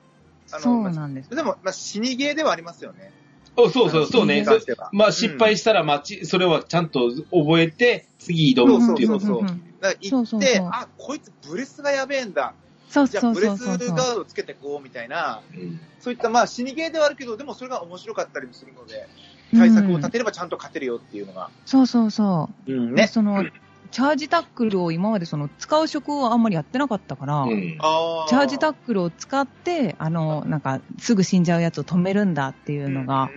Speaker 3: あの
Speaker 2: そうなんです。
Speaker 3: でも、まあ、死にゲーではありますよね。
Speaker 1: おそうそう、そうね。
Speaker 3: あ
Speaker 1: そ
Speaker 3: の死にゲーに関しては
Speaker 1: まあ失敗したら、まち、それはちゃんと覚えて、次挑むっていうの
Speaker 3: そうそうそう
Speaker 2: うんうんうん
Speaker 3: だから行って
Speaker 2: そうそうそう
Speaker 3: あ、こいつブレスがやべえんだ。
Speaker 2: そう
Speaker 3: じゃ
Speaker 2: そ
Speaker 3: あ
Speaker 2: う
Speaker 3: ブレ
Speaker 2: そう
Speaker 3: ス
Speaker 2: そ
Speaker 3: ガ
Speaker 2: うそう。
Speaker 3: ードつけてこうみたいな、
Speaker 1: うん
Speaker 3: そういったまあ死にゲーではあるけど、でもそれが面白かったりもするので、対策を立てればちゃんと勝てるよっていうのが。
Speaker 2: そうそうそ
Speaker 3: うん
Speaker 2: う。で。その、チャージタックルを今までその、使う職をあんまりやってなかったから、
Speaker 1: うん
Speaker 3: あ
Speaker 2: チャージタ
Speaker 3: ッ
Speaker 2: ックルを使って、あの、なんか、すぐ死んじゃうやつを止めるんだっていうのが、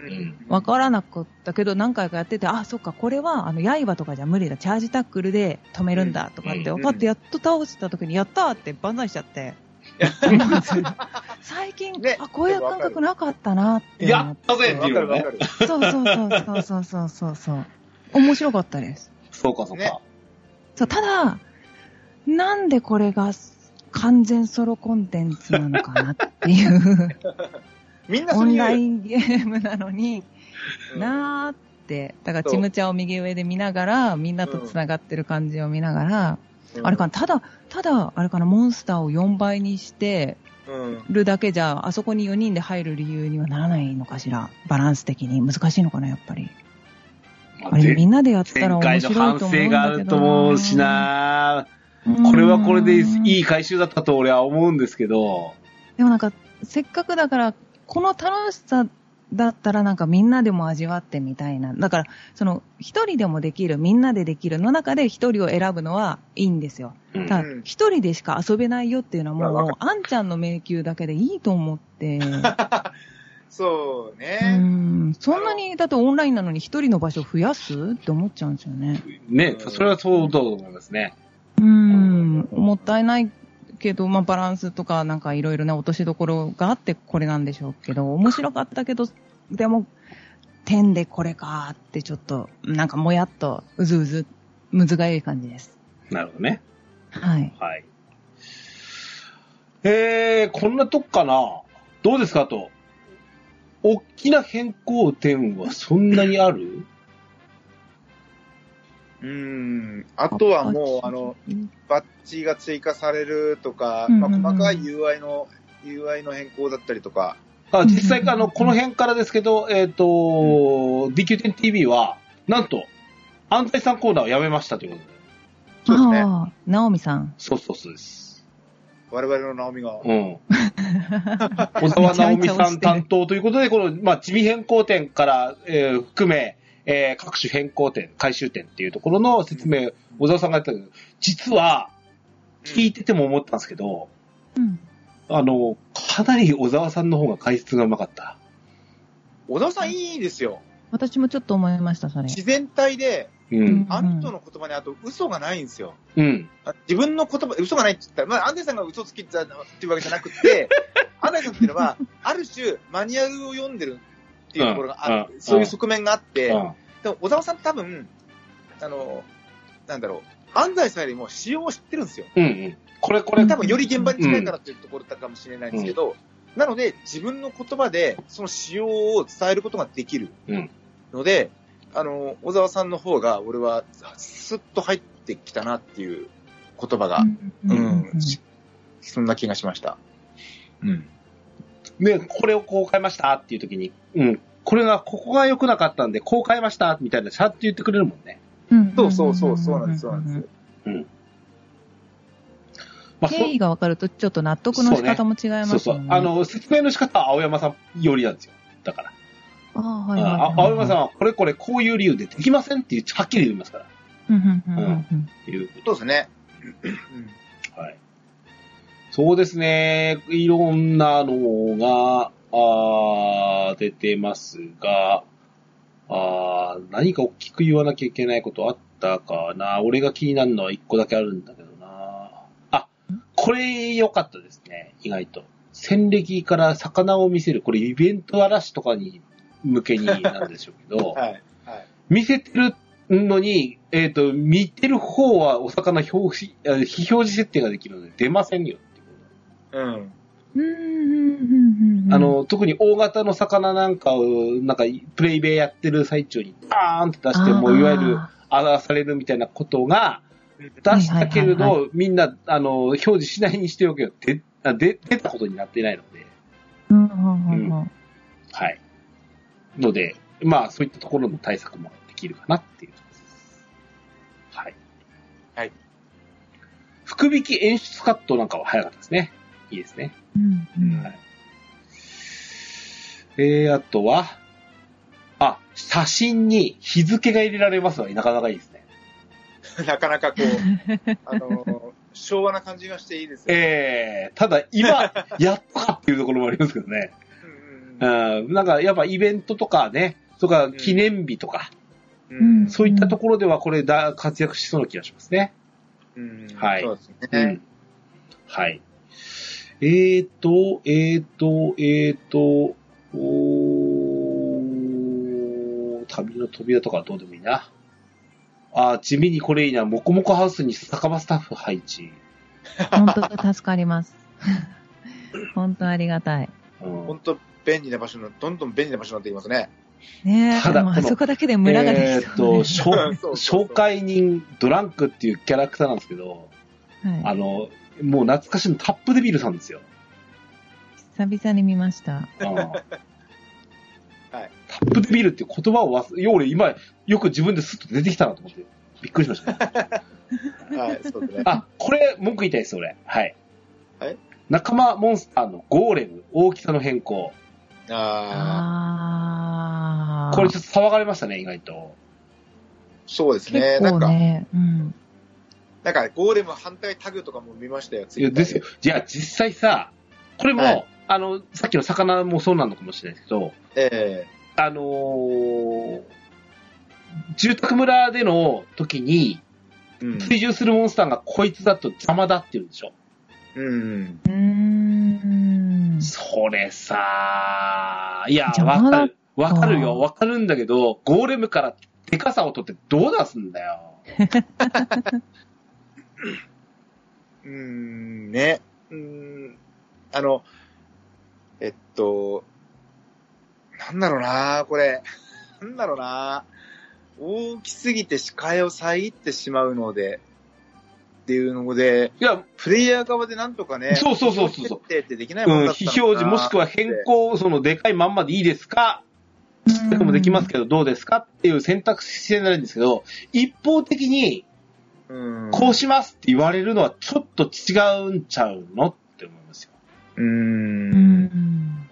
Speaker 2: わからなかったけど、何回かやってて、あ、そっか、これは、あの、刃とかじゃ無理だ、チャージタックルで止めるんだ、とかって
Speaker 1: うん
Speaker 2: 分かって、やっと倒した時に、やったーって万歳しちゃって。 最近、
Speaker 3: ね
Speaker 2: あ、こういう感覚なかったなって
Speaker 1: や
Speaker 2: 思
Speaker 1: っ
Speaker 2: って。
Speaker 1: たぜって
Speaker 3: わ
Speaker 1: い
Speaker 3: か
Speaker 1: う
Speaker 3: る
Speaker 1: の
Speaker 3: わ
Speaker 1: ね
Speaker 3: か。る。
Speaker 2: そうそうそうそうそうそうそう。面白かったです。
Speaker 1: そうかそう
Speaker 3: ね
Speaker 1: か。
Speaker 2: そう、ただ、なんでこれが完全ソロコンテンツなのかなっていう。
Speaker 3: みんな
Speaker 2: オ
Speaker 3: それ
Speaker 2: ン
Speaker 3: 言う
Speaker 2: ラ
Speaker 3: よ
Speaker 2: インゲームなのに、
Speaker 3: うん
Speaker 2: なーって、だから
Speaker 3: そ
Speaker 2: ち
Speaker 3: う
Speaker 2: むちゃんを右上で見ながら、みんなと繋がってる感じを見ながら、
Speaker 3: うん
Speaker 2: あれかな、ただ、ただ、あれかな、モンスターを4倍にして
Speaker 3: うん。
Speaker 2: るだけじゃ、あそこに4人で入る理由にはならないのかしら、バランス的に。難しいのかな、やっぱり。
Speaker 1: ま
Speaker 2: あ
Speaker 1: あ
Speaker 2: れ、
Speaker 1: ぜ
Speaker 2: みんなでやった
Speaker 1: 前
Speaker 2: ら面
Speaker 1: 回の
Speaker 2: 白い
Speaker 1: 反
Speaker 2: と
Speaker 1: 省
Speaker 2: 思うんだけど
Speaker 1: があると思うしな
Speaker 2: うん
Speaker 1: これはこれでいい回収だったと俺は思うんですけど、
Speaker 2: でもなんか、せっかくだから、この楽しさだったらなんかみんなでも味わってみたいな。だから、その、一人でもできる、みんなでできるの中で一人を選ぶのはいいんですよ。
Speaker 1: うん
Speaker 2: た
Speaker 3: う
Speaker 2: だ
Speaker 3: ん、
Speaker 2: 一人でしか遊べないよっていうのはもう、
Speaker 1: まあ
Speaker 2: もうあんちゃんの迷宮だけでいいと思って。
Speaker 3: そう
Speaker 2: う
Speaker 3: ね。
Speaker 2: ん。そんなに、だってオンラインなのに一人の場所増やすって思っちゃうんですよね。
Speaker 1: ね、それはそうだと思いますね。
Speaker 2: うん。もったいないけど、まあバランスとかなんかいろいろね、落としどころがあってこれなんでしょうけど、面白かったけど、でも、点でこれかってちょっと、なんかもやっと、うずうず、むずがゆい感じです。
Speaker 1: なるほどね。
Speaker 2: はい。
Speaker 1: はい。えー、こんなとこかなどうですかと。大きな変更点はそんなにある
Speaker 3: うん。あとはもう、あの、、バッジが追加されるとか、
Speaker 2: うん
Speaker 3: まあ、
Speaker 2: うんうん
Speaker 3: 細かい UI の、UI の変更だったりとか、
Speaker 1: あ実際、
Speaker 2: うん
Speaker 1: あの、この辺からですけど、えっ、と、DQ10TV は、なんと、安西さんコーナーをやめましたということで。
Speaker 3: そうですね
Speaker 2: ああ、ナオミさん。
Speaker 1: そうそうそうです。
Speaker 3: 我々のナオミが、
Speaker 1: うん。小沢直美さん担当ということで、この、まあ、地味変更点から、えー含め、えー各種変更点、回収点っていうところの説明、小沢さんがやってたけど、実は、聞いてても思ったんですけど、
Speaker 2: うん。
Speaker 1: あの、かなり小沢さんの方が解説がうまかった。
Speaker 3: 小田さんいいですよ。
Speaker 2: 私もちょっと思いました、それ。
Speaker 3: 自然体で、
Speaker 1: うん。
Speaker 3: あの人の言葉にあと嘘がないんですよ。
Speaker 1: うん。
Speaker 3: あ自分の言葉、嘘がないって言ったら、まあ、アンデさんが嘘つきっていうわけじゃなく て、アンデさんっていうのは、ある種、マニュアルを読んでるっていうところがあっ
Speaker 1: う
Speaker 3: て、
Speaker 1: んうん
Speaker 3: そういう側面があって、
Speaker 1: うん
Speaker 3: でも小沢さんって多分、あの、なんだろう、安西さんよりも仕様を知ってるんですよ。
Speaker 1: うんうん。これ、これ、
Speaker 3: 多分より現場に近いからっていうところだったかもしれないんですけど、なので自分の言葉でその仕様を伝えることができる
Speaker 1: うん
Speaker 3: ので、あの、小沢さんの方が俺はスッと入ってきたなっていう言葉が、
Speaker 2: うんうんうん
Speaker 3: うんしそんな気がしました。うん。
Speaker 1: ね、これをこう変えましたっていう時に、うん。これが、ここが良くなかったんで、こう変えましたみたいな、ちゃんと言ってくれるもんね。
Speaker 2: うん
Speaker 3: そうそうそう、そうなんです、そうなんで
Speaker 2: う
Speaker 3: す。
Speaker 1: まあ、そ
Speaker 2: 経緯が分かると、ちょっと納得の仕方も違います
Speaker 1: そう
Speaker 2: よね。
Speaker 1: そう。あ、の、説明の仕方は青山さんよりなんですよ。だから。
Speaker 2: ああはいはいはい
Speaker 1: あ青山さんは、これこれこういう理由でできませんっていう、はっきり言いますから。
Speaker 2: うんうんうんうん
Speaker 1: いうこと
Speaker 3: そうですね。
Speaker 1: はい。そうですね。いろんなのが、あー出てますが、あー何か大きく言わなきゃいけないことあったかな。俺が気になるのは一個だけあるんだけどな。あ、これ良かったですね。意外と。戦歴から魚を見せる。これイベント嵐とかに向けになんでしょうけど。
Speaker 3: はい。はい。
Speaker 1: 見せてるのに、えっ、と、見てる方はお魚表示、あ非表示設定ができるので出ませんよっていう
Speaker 3: うん。
Speaker 2: うんうんうんうん
Speaker 1: あ、の、特に大型の魚なんかを、なんか、プレイベーやってる最中に、バーンって出して、もういわゆる、
Speaker 2: あ
Speaker 1: 荒らされるみたいなことが、出したけれ
Speaker 2: はいはい
Speaker 1: ど、みんな、あの、表示しないにしておけよ。で、あで出たことになってないので。
Speaker 2: ーうんうんうんうん
Speaker 1: はい。ので、まあ、そういったところの対策もできるかなっていうところです。はい。
Speaker 3: はい。
Speaker 1: 福引き演出カットなんかは早かったですね。いいですね。
Speaker 2: うんうん
Speaker 1: はいえー、あとは、あ、写真に日付が入れられますのはなかなかいいですね。
Speaker 3: なかなかこう、 あの、昭和な感じがしていいですよ。
Speaker 1: えー、ただ今、 やっとかっていうところもありますけどね。
Speaker 3: うんうん
Speaker 1: うん、なんかやっぱイベントとかね、とか記念日とか、
Speaker 3: う
Speaker 2: う
Speaker 3: ん
Speaker 2: ん
Speaker 1: そういったところではこれだ活躍しそうな気がしますね。
Speaker 3: うん
Speaker 1: はい
Speaker 3: そうです
Speaker 1: う
Speaker 3: ね。
Speaker 1: んはい。えーと、えーと、えーと、おー旅の扉とかどうでもいいな。あー地味にこれいいな。もこもこハウスに酒場スタッフ配置。
Speaker 2: 本当だ助か ります。本当ありがたい。
Speaker 1: うん
Speaker 3: 本当便利な場所の、どんどん便利な場所になってきますね。
Speaker 2: ねえ、
Speaker 1: ただ
Speaker 2: でも
Speaker 1: こ
Speaker 2: あ
Speaker 1: の
Speaker 2: そこだけで村が
Speaker 1: え
Speaker 2: でき
Speaker 1: ー
Speaker 2: そう
Speaker 1: と、
Speaker 2: ね。
Speaker 1: 紹
Speaker 3: そうそうそう
Speaker 1: 紹介人、ドランクっていうキャラクターなんですけど、
Speaker 2: は
Speaker 1: あ
Speaker 2: い
Speaker 1: の、もう懐かしのタップデビルさんですよ。
Speaker 2: 久々に見ました。
Speaker 1: うん
Speaker 3: はい
Speaker 1: タップデビルっていう言葉を忘れ、よう俺今、よく自分ですっと出てきたなと思って、びっくりしました、
Speaker 3: はい、そうですね。
Speaker 1: あ、これ、文句言いたいです、俺。はい。
Speaker 3: はい
Speaker 1: 仲間モンスターのゴーレム、大きさの変更。
Speaker 3: あ
Speaker 2: あー
Speaker 1: これちょっと騒がれましたね、意外と。
Speaker 3: そうですね。
Speaker 2: 結
Speaker 3: なん
Speaker 2: 構
Speaker 3: か、
Speaker 2: ね。うん。
Speaker 3: なんか、ゴーレム反対タグとかも見ましたよ、
Speaker 1: いや、
Speaker 3: Twitter
Speaker 1: ですよ。。じゃあ実際さ、これも、
Speaker 3: はい
Speaker 1: あの、さっきの魚もそうなのかもしれないですけど、
Speaker 3: え
Speaker 1: あのー住宅村での時に、
Speaker 3: えうん
Speaker 1: 追従するモンスターがこいつだと邪魔だって言うんでしょ。
Speaker 3: うん。
Speaker 2: うーん。
Speaker 1: それさいや、
Speaker 2: 邪
Speaker 1: わ
Speaker 2: 魔だ
Speaker 1: かる。わかる
Speaker 2: あー
Speaker 1: よ、わかるんだけど、ゴーレムからデカさを取ってどう出すんだよ。
Speaker 3: うーん、ね。うーん、あの、えっと、なんだろうなこれ。なんだろうな大きすぎて視界を遮ってしまうので、っていうので、
Speaker 1: いや、
Speaker 3: プレイヤー側でなんとかね、
Speaker 1: そうそうそうそうそう
Speaker 3: 意思決定ってできないうもん
Speaker 1: ん、
Speaker 3: だった
Speaker 1: 非
Speaker 3: の
Speaker 1: 表
Speaker 3: かな
Speaker 1: 示もしくは変更、そのでかいまんまでいいですかでもできますけどどうですかっていう選択肢になるんですけど、一方的に
Speaker 3: うん。
Speaker 1: こうしますって言われるのはちょっと違うんちゃうのって思いますよ。
Speaker 3: うー。
Speaker 2: うんん。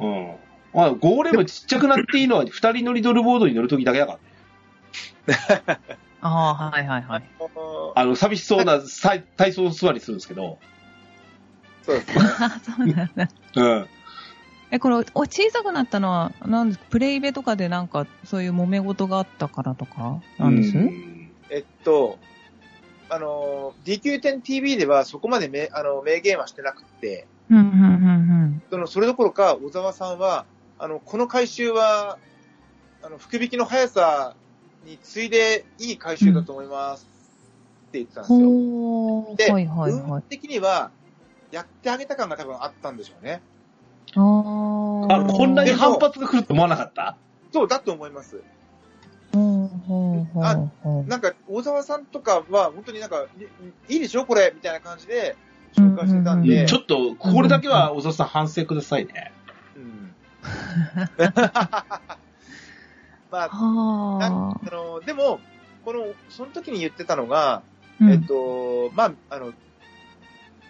Speaker 1: うん。まあ、ゴーレムちっちゃくなっていいのは二人乗りドルボードに乗るときだけだから。
Speaker 2: ああ、はいはい はい。
Speaker 3: あの
Speaker 1: あの、寂しそうなさい体操座りするんですけど。
Speaker 3: そうですね。
Speaker 2: あそうなんだ。
Speaker 1: うん。
Speaker 2: え、これ、お小さくなったのは、なんですプレイベとかでなんか、そういう揉め事があったからとか、なんです、
Speaker 1: うん
Speaker 3: えっと、あの、DQ10TV ではそこまでめあの名言はしてなくて、
Speaker 2: うん、うん、うん、
Speaker 3: そのそれどころか、小沢さんは、あのこの回収はあの福引きの速さに次いでいい回収だと思います、って言ってたん
Speaker 2: うん。
Speaker 3: です
Speaker 2: ほー。
Speaker 3: よ。で
Speaker 2: はいはい
Speaker 3: 運
Speaker 2: はい。
Speaker 3: 的には、やってあげた感が多分あったんでしょうね。
Speaker 2: あー
Speaker 1: あ、こんなに反発が来ると思わなかった
Speaker 3: そうだと思います。
Speaker 2: ほうほうほうほう。
Speaker 3: なんか、小沢さんとかは、本当になんか、いいいでしょこれみたいな感じで紹介してたん
Speaker 2: うんうん
Speaker 3: で
Speaker 2: う。
Speaker 1: ちょっと、これだけは小沢さん反省くださいね。
Speaker 3: うん、 まあ、
Speaker 2: は
Speaker 3: あの、でも、この、その時に言ってたのが、
Speaker 2: あ。
Speaker 3: えっと、まあ、あの、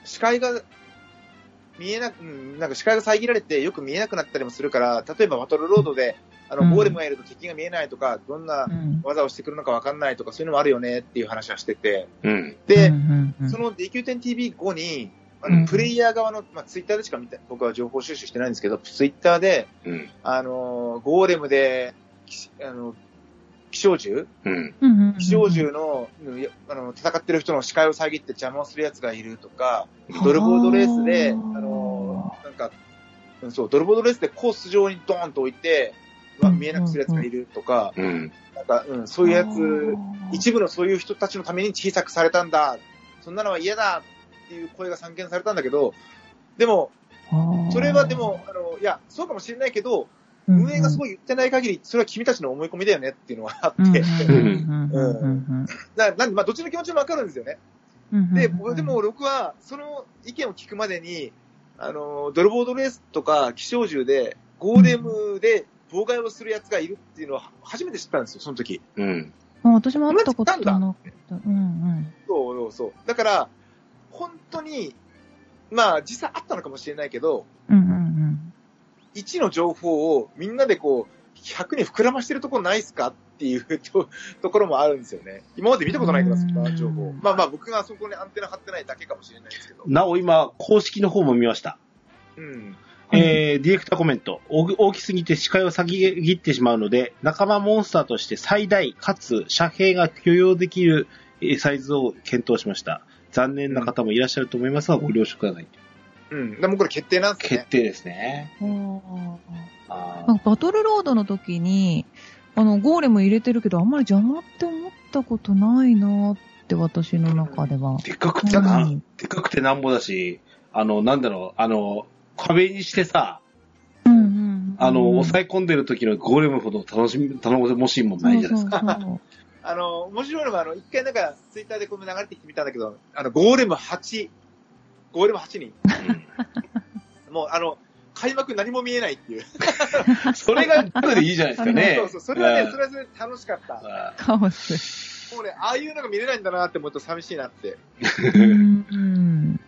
Speaker 3: 視界が見えなく、うんなんか視界が遮られてよく見えなくなったりもするから、例えばバトルロードで、あ
Speaker 2: うん
Speaker 3: の、ゴーレムがいると敵が見えないとか、どんな
Speaker 2: うん。
Speaker 3: 技をしてくるのかわかんないとか、そういうのもあるよねっていう話はしてて、
Speaker 1: うん。
Speaker 3: で、
Speaker 2: うん、うん
Speaker 3: その DQ10TV 後に、あ
Speaker 2: うん
Speaker 3: の、プレイヤー側の、まあ、ツイッターでしか見て、僕は情報収集してないんですけど、ツイッターで、
Speaker 1: うん。
Speaker 3: あの、ゴーレムで、きあの、気象獣
Speaker 1: うん。
Speaker 2: うんうんうん
Speaker 3: 気象獣のうんやあの戦ってる人の視界を遮って邪魔をするやつがいるとか、ドルボードレースで、あ
Speaker 2: はあ
Speaker 3: のなんかうんそうドルボードレースでコース上にドーンと置いて、まあ、
Speaker 2: うん
Speaker 3: 見えなくするやつがいるとか、
Speaker 1: うん。
Speaker 3: なんかうん、そういうやつ、
Speaker 2: あー
Speaker 3: 一部のそういう人たちのために小さくされたんだ、そんなのは嫌だっていう声が散見されたんだけど、でも、それはでも、、あのいや、そうかもしれないけど、運営がす
Speaker 2: い
Speaker 3: ごい言ってない限り、それは君たちの思い込みだよねっていうのはあって、ななんで、まあ、どっちの気持ちもわかるんですよね。で、僕でも、僕は、その意見を聞くまでに、あの、ドルボードレースとか、気象銃で、ゴーレムで妨害をする奴がいるっていうのは、初めて知ったんですよ、その時。
Speaker 1: うん。
Speaker 2: あ私も会ったことなかった。うん
Speaker 3: そうそうそう。だから、本当に、まあ、実際あったのかもしれないけど、
Speaker 2: うん。うんうん
Speaker 3: 1の情報をみんなでこう、100に膨らましてるところないっすかっていうとところもあるんですよね。今まで見たことないから、そんな情報。まあまあ、僕があそこにアンテナ張ってないだけかもしれないですけど。
Speaker 1: なお、今、公式の方も見ました。
Speaker 3: うん。
Speaker 2: うん
Speaker 1: えー、ディレクターコメント。大き大きすぎて視界を遮切ってしまうので、仲間モンスターとして最大、かつ遮蔽が許容できるえーサイズを検討しました。残念な方もいらっしゃると思いますが、ご了承ください。
Speaker 3: うん。でもこれ決定なんですね。
Speaker 1: 決定ですね。
Speaker 2: うん。は
Speaker 1: あ
Speaker 2: あな
Speaker 1: ー
Speaker 2: んかバトルロードの時に、あの、ゴーレム入れてるけど、あんまり邪魔って思ったことないなって、私の中では。
Speaker 1: でっかくてな、
Speaker 2: うん
Speaker 1: でっかくてなんぼだし、あの、なんだろう、あの、壁にしてさ、
Speaker 2: うんうん。
Speaker 1: あの、
Speaker 2: え
Speaker 1: 抑え込んでる時のゴーレムほど楽しみ、頼もしいもんないじゃないですか。
Speaker 2: か。そう
Speaker 3: あの、面白いのが、あの、一回なんか、ツイッターでこの流れてきてみたんだけど、あの、ゴーレム8、ゴーレム8人、もう、あの、開幕何も見えないっていう。
Speaker 1: うんそれが楽でいいじゃないですかね。
Speaker 3: そうそう、それは
Speaker 1: う
Speaker 3: ね、
Speaker 1: ん
Speaker 3: それはそれで楽しかった。も
Speaker 1: うん
Speaker 2: カオス。
Speaker 3: うね、ああいうのが見れないんだなって思うと寂しいなって。
Speaker 2: うんうん。
Speaker 1: ね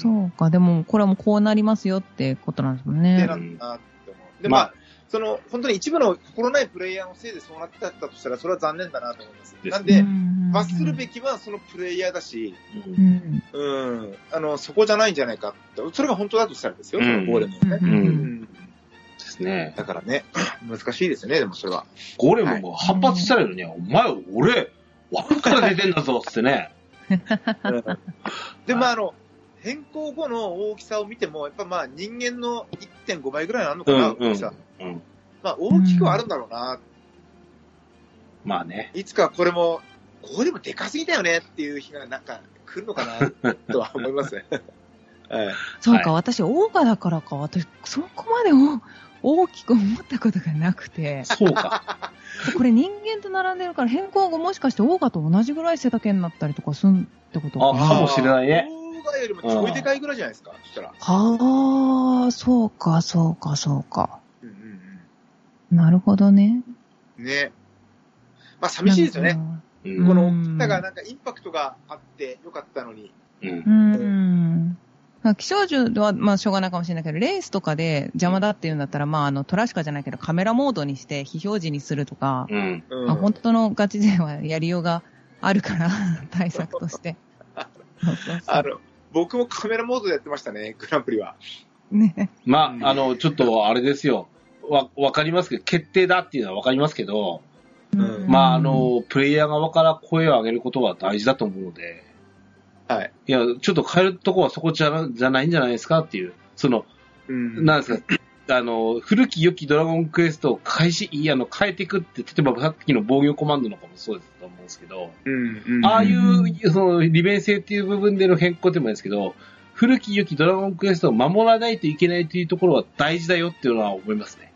Speaker 2: そうか、でも、これはもうこうなりますよってことなんですもん
Speaker 3: で
Speaker 2: ね。
Speaker 3: なったなって思う。で、
Speaker 1: ま
Speaker 3: ま
Speaker 1: あ
Speaker 3: あ、その、本当に一部の心ないプレイヤーのせいでそうなってたとしたら、それは残念だなと思います。
Speaker 1: ですね
Speaker 3: なん
Speaker 2: う
Speaker 3: で、
Speaker 2: ん
Speaker 3: 罰するべきはそのプレイヤーだし、
Speaker 1: うん
Speaker 2: うん
Speaker 3: うん、あの、そこじゃないんじゃないかって、それが本当だとしたらですよ、
Speaker 1: うん
Speaker 3: そのゴーレムは
Speaker 2: う
Speaker 3: ね。
Speaker 1: うん
Speaker 3: うん
Speaker 1: ですね。
Speaker 3: だからね、難しいですよね、でもそれは。
Speaker 1: ゴーレムも反発したらいいのに、お前、俺、枠から出てんだぞ、つってね。
Speaker 3: で、まあ、あの、変更後の大きさを見ても、やっぱまあ、人間の1.5倍ぐらいあるのか
Speaker 1: うん
Speaker 3: な、
Speaker 1: う
Speaker 3: 大
Speaker 1: ん
Speaker 3: きさ。
Speaker 1: うん。
Speaker 3: まあ、大きくはあるんだろうな。
Speaker 1: まあね。
Speaker 3: いつかこれも、これでもでかすぎだよねっていう日がなんか来るのか な、とは思いますね。はい
Speaker 2: そうか、私、オーガだからか、私、そこまでお大きく思ったことがなくて、
Speaker 1: そうか。
Speaker 2: これ人間と並んでるから変更後もしかしてオーガと同じぐらい背丈になったりとかすんってこと か
Speaker 1: あかもしれないね。
Speaker 3: 動画よりもちょいでかいぐらいじゃないですか、そしたら。
Speaker 2: はあ、そうか、そうか、そうか。
Speaker 3: うんうん
Speaker 2: なるほどね。
Speaker 3: うん。ね。まあ、寂しいですよね。
Speaker 1: う
Speaker 2: うん
Speaker 1: ん
Speaker 3: こ。の大きさがなんかインパクトがあってよかったのに。
Speaker 1: うん
Speaker 2: う。ん。まあ気象獣は、まあ、しょうがないかもしれないけど、レースとかで邪魔だっていうんだったら、まあ、あの、トラシカじゃないけど、カメラモードにして、非表示にするとか、
Speaker 1: うん。
Speaker 3: うん
Speaker 2: まあ、本当のガチ勢はやりようがある から、対策として。そうそうそ
Speaker 3: あの、僕もカメラモードでやってましたね、グランプリは。
Speaker 2: う。ね。
Speaker 1: ま
Speaker 3: うん
Speaker 1: あ、あの、ちょっと、あれですよ。わ、わかりますけど、決定だっていうのはわかりますけど、
Speaker 3: うん
Speaker 1: まあ、あ、の、プレイヤー側から声を上げることは大事だと思うので、
Speaker 3: はい。
Speaker 1: いや、ちょっと変えるとこはそこじゃなじゃないんじゃないですかっていう、その、
Speaker 3: うん
Speaker 1: なんですか、 あの、古き良きドラゴンクエストを開始、いや、あの、変えていくって、例えばさっきの防御コマンドのかもそうだと思うんですけど、
Speaker 3: うんうん
Speaker 1: ああい
Speaker 2: うん
Speaker 1: う、その、利便性っていう部分での変更でもいいですけど、古き良きドラゴンクエストを守らないといけないというところは大事だよっていうのは思いますね。
Speaker 2: うん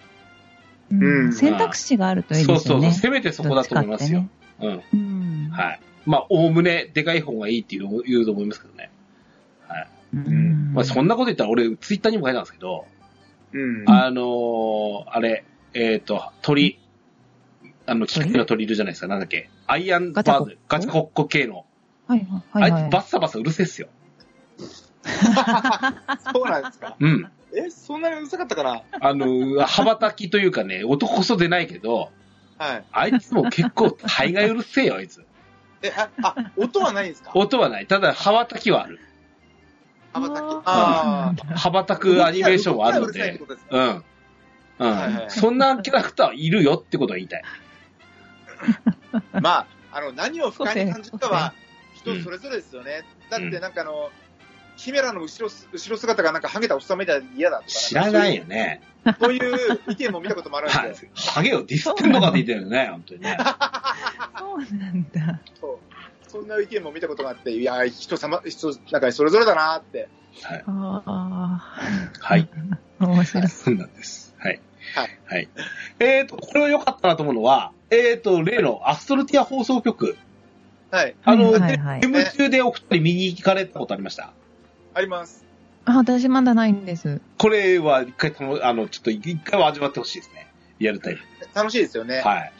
Speaker 3: うん
Speaker 2: 選択肢があるといい
Speaker 1: そう
Speaker 2: です
Speaker 1: そ
Speaker 2: よ
Speaker 1: うそ
Speaker 2: ね。
Speaker 1: う、せめてそこだと思いますよ。うん。
Speaker 2: どっちかってね。うん。
Speaker 1: はい。まあ、おおむね、でかい方がいいっていう、言うと思いますけどね。はい。
Speaker 2: うん
Speaker 1: まあ、そんなこと言ったら、俺、ツイッターにも書いたんですけど、
Speaker 3: うん
Speaker 1: あのーあれ、えっ、と、鳥、あの、機械の鳥いるじゃないですか、なんだっけ。アイアンバード、ガ
Speaker 2: ガ
Speaker 1: チ
Speaker 2: チ
Speaker 1: コッコ系の。
Speaker 2: はいはいは
Speaker 1: あい
Speaker 2: い
Speaker 1: つ、。バッサバサうるせえっすよ。
Speaker 3: そうなんですか。
Speaker 1: うん。
Speaker 3: え、そんなにうるさかったかな
Speaker 1: あのー、羽ばたきというかね、男こそ出ないけど、
Speaker 3: はい。
Speaker 1: あいつも結構、大概うるせえよ、あいつ。
Speaker 3: え、あ、あ音はないんですか
Speaker 1: 音はない。ただ、羽ばたきはある。
Speaker 3: 羽ばたき。
Speaker 2: あ
Speaker 3: あ
Speaker 2: ー
Speaker 1: 羽ばたくアニメーションはあるの
Speaker 3: 動きがうるさ
Speaker 1: で
Speaker 3: いってこ。とですか
Speaker 1: うん。う
Speaker 3: はいはい
Speaker 1: ん。そんなキャラクターいるよってことは言いたい。
Speaker 3: まあ、あの、何を不快に感じるかは人それぞれですよね。だってなんかあの、キメラの後ろす、後ろ姿がなんかハゲたおっさんみたいで嫌だとか。
Speaker 1: 知らないよね。
Speaker 3: なんかそういう。そういう意見も見たこともあるん
Speaker 1: はい
Speaker 3: で。
Speaker 1: ハゲをディスってんのかって言ってるよね、本当にね。
Speaker 2: そうなんだ。
Speaker 3: そうそんな意見も見たことがあって、いやー、人様、人、なんかそれぞれだなーって。
Speaker 1: はい。
Speaker 2: あ
Speaker 1: はい。
Speaker 2: あ、面白い。
Speaker 1: そうなんです。はい。
Speaker 3: はい。
Speaker 1: はい。えっ、と、これは良かったなと思うのは、えっ、と、例のアストルティア放送局。
Speaker 3: はい。
Speaker 1: あの、
Speaker 2: はいはいはい
Speaker 1: ゲーム中でお二人見に行かれたことありました
Speaker 3: あります。
Speaker 2: あ、私まだないんです。
Speaker 1: これは一回たの、あの、ちょっと一回は味わってほしいですね。リアルタイム。
Speaker 3: 楽しいですよね。
Speaker 1: はい。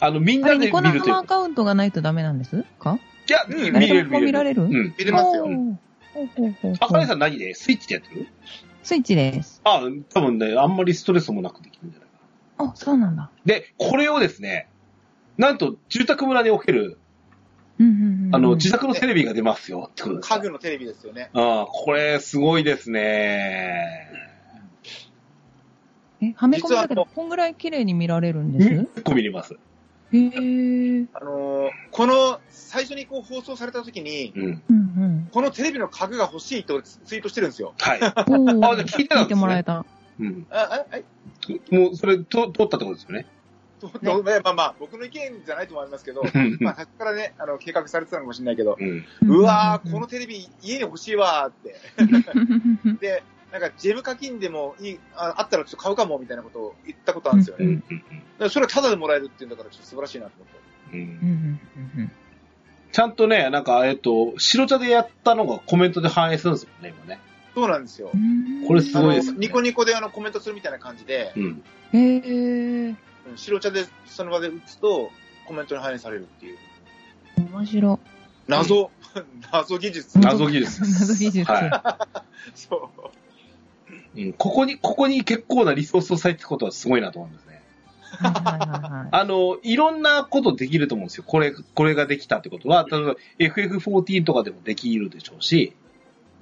Speaker 1: あの、みん
Speaker 2: あ
Speaker 1: な
Speaker 2: れ、
Speaker 1: で
Speaker 2: ニコ
Speaker 1: 見るという
Speaker 2: 生アカウントがないとダメなんですか
Speaker 1: いや、
Speaker 3: うん
Speaker 1: 見れる
Speaker 2: 誰でも見られる
Speaker 1: うん。
Speaker 3: 見れますよ。
Speaker 2: おーほうほうほうほう
Speaker 1: あかねさん何でスイッチでやってる
Speaker 2: スイッチです。
Speaker 1: あ、多分ね、あんまりストレスもなくできるんじゃないかな。
Speaker 2: あ、そうなんだ。
Speaker 1: で、これをですね、なんと住宅村における、
Speaker 2: うんうんうん。
Speaker 1: あの、自宅のテレビが出ますよってことです。
Speaker 3: 家具のテレビですよね。
Speaker 1: ああ、これ、すごいですね。
Speaker 2: え、はめ込みだけ
Speaker 3: 実はあの
Speaker 2: ど、こんぐらい綺麗に見られるんです
Speaker 1: 結構見れます。
Speaker 2: へー。
Speaker 3: あのーこの、最初にこう放送された時に、
Speaker 1: うん。
Speaker 2: うん
Speaker 3: このテレビの家具が欲しいとツイートしてるんですよ。
Speaker 1: はい。
Speaker 2: うん。お ー
Speaker 1: あじゃあ聞いてたんですね
Speaker 2: てもらえた。
Speaker 1: うん。
Speaker 3: あ、あ、え、
Speaker 1: もう、それ、と通ったってことですよね。
Speaker 3: どど まあまあ、僕の意見じゃないと思いますけど、まあ、さっきからね、あの、計画されてたのかもしれないけど、
Speaker 1: うん。
Speaker 3: うわー、この
Speaker 2: 手
Speaker 3: テレビ家に欲しいわーって。で、なんかジェム課金でもいい、ああったらちょっと買うかもみたいなことを言ったことあるんですよ
Speaker 1: う
Speaker 3: ね。
Speaker 1: ん。
Speaker 3: だからそれはタダでもらえるっていうんだからちょっと素晴らしいなと思って。
Speaker 1: うん。ちゃんとね、なんか、えっと、白茶でやったのがコメントで反映するんですもんね、今ね。
Speaker 3: そうなんですよ。
Speaker 1: これす
Speaker 3: あ
Speaker 1: ご
Speaker 3: の
Speaker 1: いですよね
Speaker 3: ニコニコであのコメントするみたいな感じで、
Speaker 1: うん。
Speaker 2: へー。
Speaker 3: うん白茶でその場で打つとコメントに反映されるっていう。
Speaker 2: 面白。
Speaker 3: 謎、謎技術。
Speaker 1: 謎技術です。
Speaker 2: 謎技術
Speaker 1: は
Speaker 3: そう。
Speaker 1: うん、ここに、ここに結構なリソースを割いてることはすごいなと思うんですね。
Speaker 2: はいはいはいはい。
Speaker 1: あの、いろんなことできると思うんですよ。これ、これができたってことは、例えば FF14 とかでもできるでしょうし、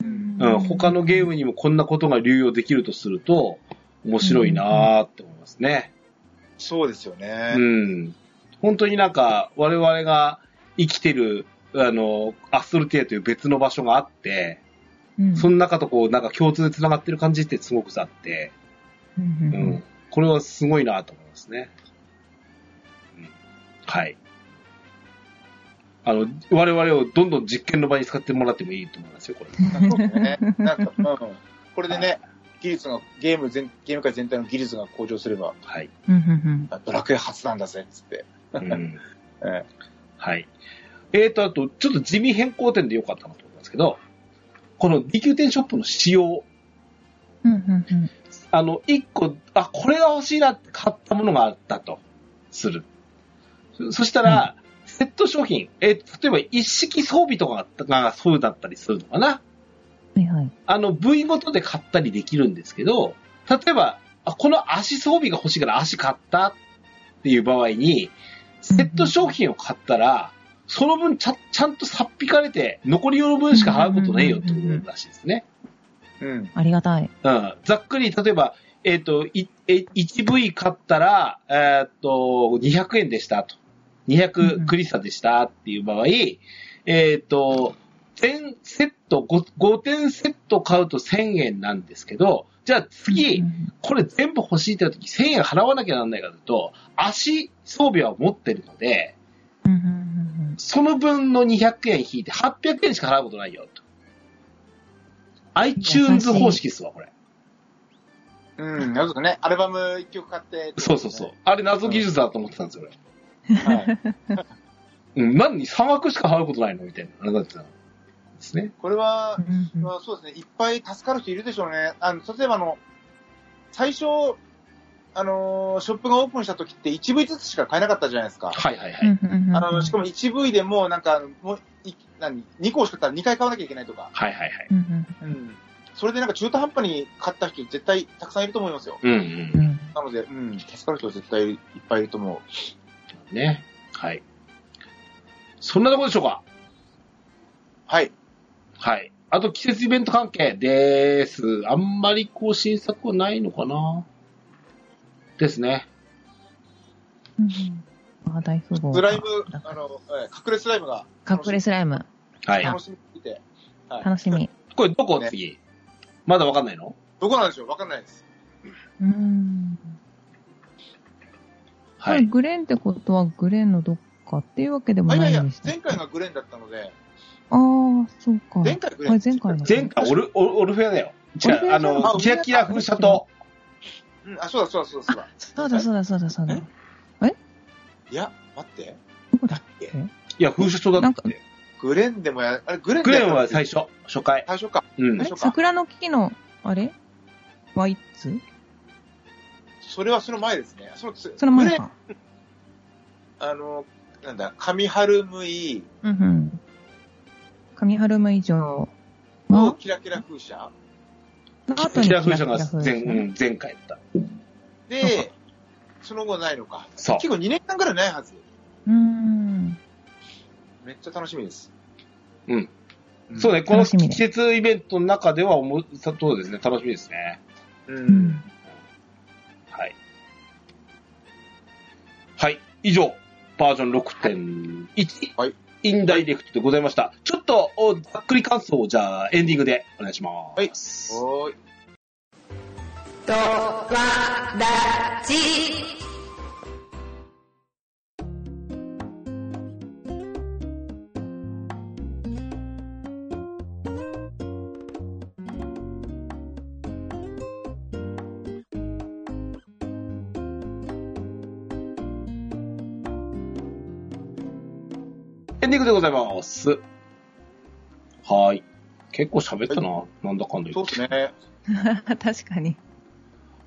Speaker 1: う
Speaker 2: うん
Speaker 1: ん、他のゲームにもこんなことが流用できるとすると、面白いなーって思いますね。
Speaker 3: そうですよね。
Speaker 1: うん。本当になんか、我々が生きてる、あの、アストルティアという別の場所があって、
Speaker 2: うん
Speaker 1: その中とこう、なんか共通で繋がってる感じってすごくあって、
Speaker 2: う
Speaker 1: うんん。これはすごいなと思いますね。うんはい。あの、我々をどんどん実験の場に使ってもらってもいいと思いますよ、これ。
Speaker 3: ね なんか、うん、これでね、技術が、ゲーム全、ゲーム界全体の技術が向上すれば、
Speaker 1: はい。
Speaker 2: うんうん
Speaker 3: ドラクエ初なんだぜ、つって。
Speaker 1: うん
Speaker 3: え
Speaker 1: はい。えーと、あと、ちょっと地味変更点でよかったなと思いますけど、この D 級店ショップの仕様、
Speaker 2: うんうんうん
Speaker 1: あの、一個、あ、これが欲しいなって買ったものがあったと、する。そそしたら、セット商品、えー例えば一式装備とかががそうだったりするのかな
Speaker 2: はいはい。
Speaker 1: あの、部位ごとで買ったりできるんですけど、例えば、あこの足装備が欲しいから足買ったっていう場合に、セット商品を買ったら、その分ちゃちゃんとさっぴかれて、残りの分しか払うことねえよってことらしいですね。
Speaker 3: うん。
Speaker 2: ありがたい。
Speaker 1: うん。ざっくり、例えば、えっ、と、いえ 1V 買ったら、えっ、と、200円でしたと。
Speaker 2: うんう
Speaker 1: 200
Speaker 2: ん
Speaker 1: クリスタでしたっていう場合、えっ、と、全セット5、5点セット買うと1000円なんですけど、じゃあ次、
Speaker 2: うん
Speaker 1: これ全部欲しいって時1000円払わなきゃなんないかというと、足装備は持ってるので、
Speaker 2: うんうんうん
Speaker 1: その分の200円引いて800円しか払うことないよと。iTunes 方式っすわ、これ。
Speaker 3: うん。なるほどね。アルバム一曲買って。
Speaker 1: そうそうそう。。あれ謎技術だと思ってたんですよ、俺。
Speaker 3: はい。
Speaker 1: うん、何に3枠しか払うことないのみたいな。あれだってたんですね。
Speaker 3: これは、
Speaker 2: うんうん
Speaker 3: まあ、そうですね。いっぱい助かる人いるでしょうね。あの、例えばあの、最初、あのーショップがオープンした時って1部ずつしか買えなかったじゃないですか。
Speaker 1: はいはいは
Speaker 2: う
Speaker 1: い。
Speaker 2: んうんうん
Speaker 3: あの、しかも 1V でもうなんか、もう、い何 ?2 個欲しかったら2回買わなきゃいけないとか。
Speaker 1: はいはいはい。
Speaker 2: うんうん
Speaker 3: うん。それでなんか中途半端に買った人絶対たくさんいると思いますよ。
Speaker 1: うん
Speaker 2: う
Speaker 1: うん
Speaker 3: なので、うん、助かる人絶対いっぱいいると思う。
Speaker 1: ん。ね。はい。そんなところでしょうか
Speaker 3: はい。
Speaker 1: はい。あと季節イベント関係です。あんまりこう新作はないのかなですね。
Speaker 2: うんうん。あ、大富豪。
Speaker 3: スライム、あの、えー隠れスライムが
Speaker 2: 隠れスライム。
Speaker 1: はい。
Speaker 3: 楽しみすぎて。はい
Speaker 2: 楽しみ。
Speaker 1: これどこ
Speaker 3: ね
Speaker 1: 次まだわかんないの
Speaker 3: どこなんでしょうわかんないです。
Speaker 2: うん。こ
Speaker 1: は
Speaker 2: れ
Speaker 1: い。
Speaker 2: グレンってことはグレンのどっかっていうわけでも
Speaker 3: あ、い
Speaker 2: な
Speaker 3: やい
Speaker 2: い
Speaker 3: や
Speaker 2: んでし、た。
Speaker 3: 前回がグレンだったので、
Speaker 2: ああ、そうか。
Speaker 3: 前回グレ
Speaker 2: あ
Speaker 3: ン
Speaker 2: れ。前回の。
Speaker 1: 前回オルオルオルフェアだよ。じ
Speaker 2: オ
Speaker 1: ゃ
Speaker 2: ルフェ
Speaker 1: あ、
Speaker 2: ア
Speaker 1: あ
Speaker 2: じゃん
Speaker 1: の
Speaker 3: あ、
Speaker 1: キラキラ風車と、
Speaker 3: うん、あ、そうだそうだそうだそうだ。
Speaker 2: そうだそうだそうだそうだ。
Speaker 3: えいや、待って。
Speaker 2: どこだ
Speaker 3: だっけ
Speaker 1: いや、風車とだっ
Speaker 2: な
Speaker 1: て。
Speaker 3: グレンでもや、あれ、グレン
Speaker 1: グレンは最
Speaker 3: 初。
Speaker 1: 初、初回。
Speaker 3: 最初か。
Speaker 1: うん
Speaker 3: え。
Speaker 2: え桜の木の、あれワイツ
Speaker 3: それはその前ですね。そのつ
Speaker 2: その前
Speaker 3: グレン
Speaker 2: か。
Speaker 3: あの、なんだ、神春むい、
Speaker 2: うんうん。神春夢以上
Speaker 3: の
Speaker 2: は、
Speaker 3: キラキラ風車。
Speaker 2: の後に
Speaker 1: キラ風車が
Speaker 2: キラキラ
Speaker 1: 前,、
Speaker 2: 風車
Speaker 1: うん、前回だった。
Speaker 3: で、その後ないのか。
Speaker 1: そう。
Speaker 3: 結構2年間ぐらいないはず。
Speaker 2: うーん。
Speaker 3: めっちゃ楽しみです。
Speaker 1: うん。そうね、この
Speaker 2: 楽しみね
Speaker 1: 季節イベントの中ではおも、そうですね、楽しみですね。
Speaker 3: う
Speaker 2: うんん。
Speaker 1: はい。はい、以上、バージョン6.1、
Speaker 3: はい
Speaker 1: インダイレクトでございました。ちょっと、おざっくり感想を、じゃあ、エンディングでお願いします。
Speaker 3: おーい。
Speaker 4: とわだち。
Speaker 1: エンディングでございます。はい。結構喋ったな、なんだかんだ言って
Speaker 3: そうですね。
Speaker 2: 確かに。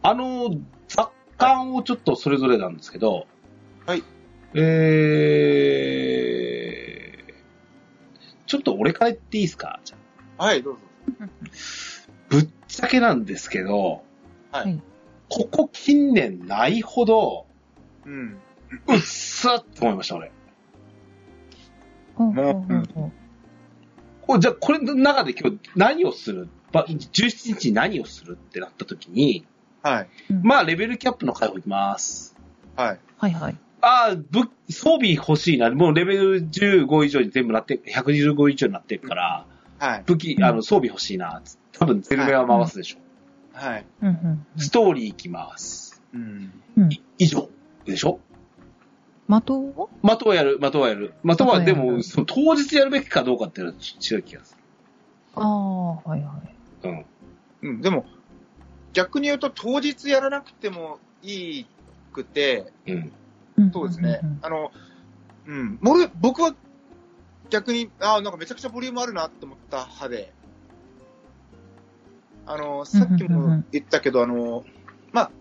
Speaker 1: あの、雑感をちょっとそれぞれなんですけど、
Speaker 3: はい。
Speaker 1: えー、ちょっと俺から言っていいですかじゃあ
Speaker 3: はい、どうぞ。
Speaker 1: ぶっちゃけなんですけど、
Speaker 3: はい
Speaker 1: ここ近年ないほど、
Speaker 3: うん。
Speaker 1: うっすって思いました、俺。
Speaker 2: ほうほうほうほう
Speaker 1: これじゃあ、これの中で今日何をするば ?17 日に何をするってなった時に、
Speaker 3: はい。
Speaker 1: まあ、レベルキャップの回復いきます。
Speaker 3: はい。
Speaker 2: はいはい。
Speaker 1: ああ、武装備欲しいな。もうレベル15以上に全部なって、125以上になってるから、
Speaker 3: はい。
Speaker 1: 武器、あの、装備欲しいな。多分、ゼルベは回すでしょ。
Speaker 3: はい。
Speaker 2: うんうん
Speaker 1: ストーリーいきます。
Speaker 3: うん。
Speaker 2: うんうん。
Speaker 1: 以上。でしょ
Speaker 2: 的を
Speaker 1: 的はやる、的はやる。的は、で
Speaker 2: 的はや
Speaker 1: も、
Speaker 2: る
Speaker 1: その当日やるべきかどうかっていうのは違う気がす
Speaker 2: ああ、はいはい。
Speaker 1: る。うん。
Speaker 3: うん。でも、逆に言うと当日やらなくてもいいくて、
Speaker 1: うん。
Speaker 2: うん
Speaker 3: そうですね
Speaker 2: んんん。
Speaker 3: あの、うん。俺、僕は逆に、ああ、なんかめちゃくちゃボリュームあるなって思った派で、あの、さっき
Speaker 2: うんうんうんう
Speaker 3: も
Speaker 2: ん
Speaker 3: 言ったけど、あの、まあ、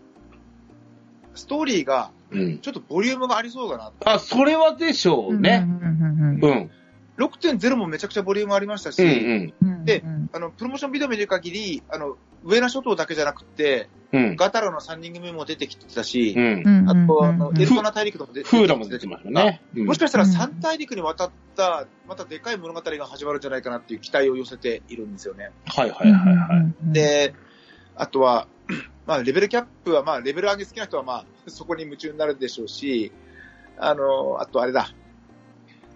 Speaker 3: ストーリーが
Speaker 1: うん。
Speaker 3: ちょっとボリュームがありそうだな。
Speaker 1: あ、それはでしょうね。
Speaker 2: うんうんうん
Speaker 1: うん。うん
Speaker 3: 6.0もめちゃくちゃボリュームありましたし、
Speaker 1: うん。
Speaker 2: うん。
Speaker 3: で
Speaker 2: うん
Speaker 3: あの、プロモーションビデオ見る限り、あの、上野諸島だけじゃなくて、
Speaker 1: うん。
Speaker 3: ガタロの3人組も出てきてたし
Speaker 1: う、。
Speaker 2: うんんうん
Speaker 3: あ
Speaker 2: うん
Speaker 3: と、あ
Speaker 2: う
Speaker 3: の、
Speaker 2: ん
Speaker 3: エルトナ大陸とかも出て
Speaker 1: フーラも出てましたね。うん
Speaker 3: もしかしたら三大陸に渡った、またでかい物語が始まるんじゃないかなっていう期待を寄せているんですよね。
Speaker 1: はいはいはいはい。。
Speaker 3: で、あとは、 まあ、レベルキャップは、まあ、レベル上げ好きな人は、まあ、 そこに夢中になるでしょうし、あの、あとあれだ、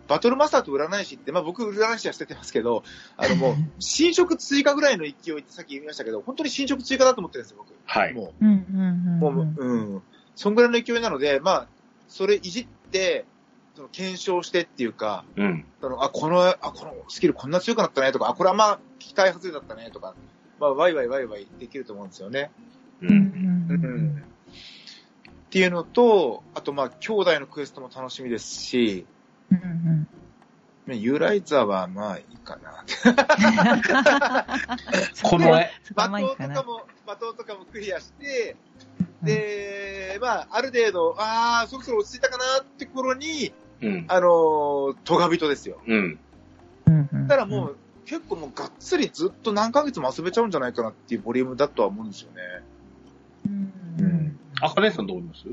Speaker 3: バトルマスターと占い師って、まあ、僕、占い師は捨ててますけど、あ の、もう、新色追加ぐらいの勢いってさっき言いましたけど、本当に新色追加だと思ってるんですよ、僕。
Speaker 1: はい。
Speaker 3: も
Speaker 2: うん
Speaker 3: う、
Speaker 2: うんう
Speaker 3: も
Speaker 2: んうん。
Speaker 3: う、うん。そんぐらいの勢いなので、まあ、それいじって、その検証してっていうか、
Speaker 1: うん。
Speaker 3: そのあ、この、あ、このスキルこんな強くなったねとか、あ、これはまあ、期待外れだったねとか、まあ、ワイワイワイワイできると思うんですよね。
Speaker 1: う。
Speaker 2: うんんうんうん
Speaker 3: っていうのと、あとまあ、兄弟のクエストも楽しみですし、
Speaker 2: うんうん
Speaker 3: ねユーライザーはまあいいかな。
Speaker 1: この絵。
Speaker 2: そこ
Speaker 3: バ
Speaker 2: はまあいい
Speaker 3: ト
Speaker 2: か
Speaker 3: ンと
Speaker 2: な
Speaker 3: か。も、バトンとかもクリアして、
Speaker 2: うん
Speaker 3: で、まあ、ある程度、ああ、そろそろ落ち着いたかなって頃に、
Speaker 1: うん。
Speaker 3: あのー、トガビトですよ。
Speaker 1: うん。
Speaker 2: うんうんうん
Speaker 3: だからもう、結構もうがっつりずっと何ヶ月も遊べちゃうんじゃないかなっていうボリュームだとは思うんですよね。
Speaker 2: うんう
Speaker 3: う
Speaker 2: んん。
Speaker 1: あかねさんどう思います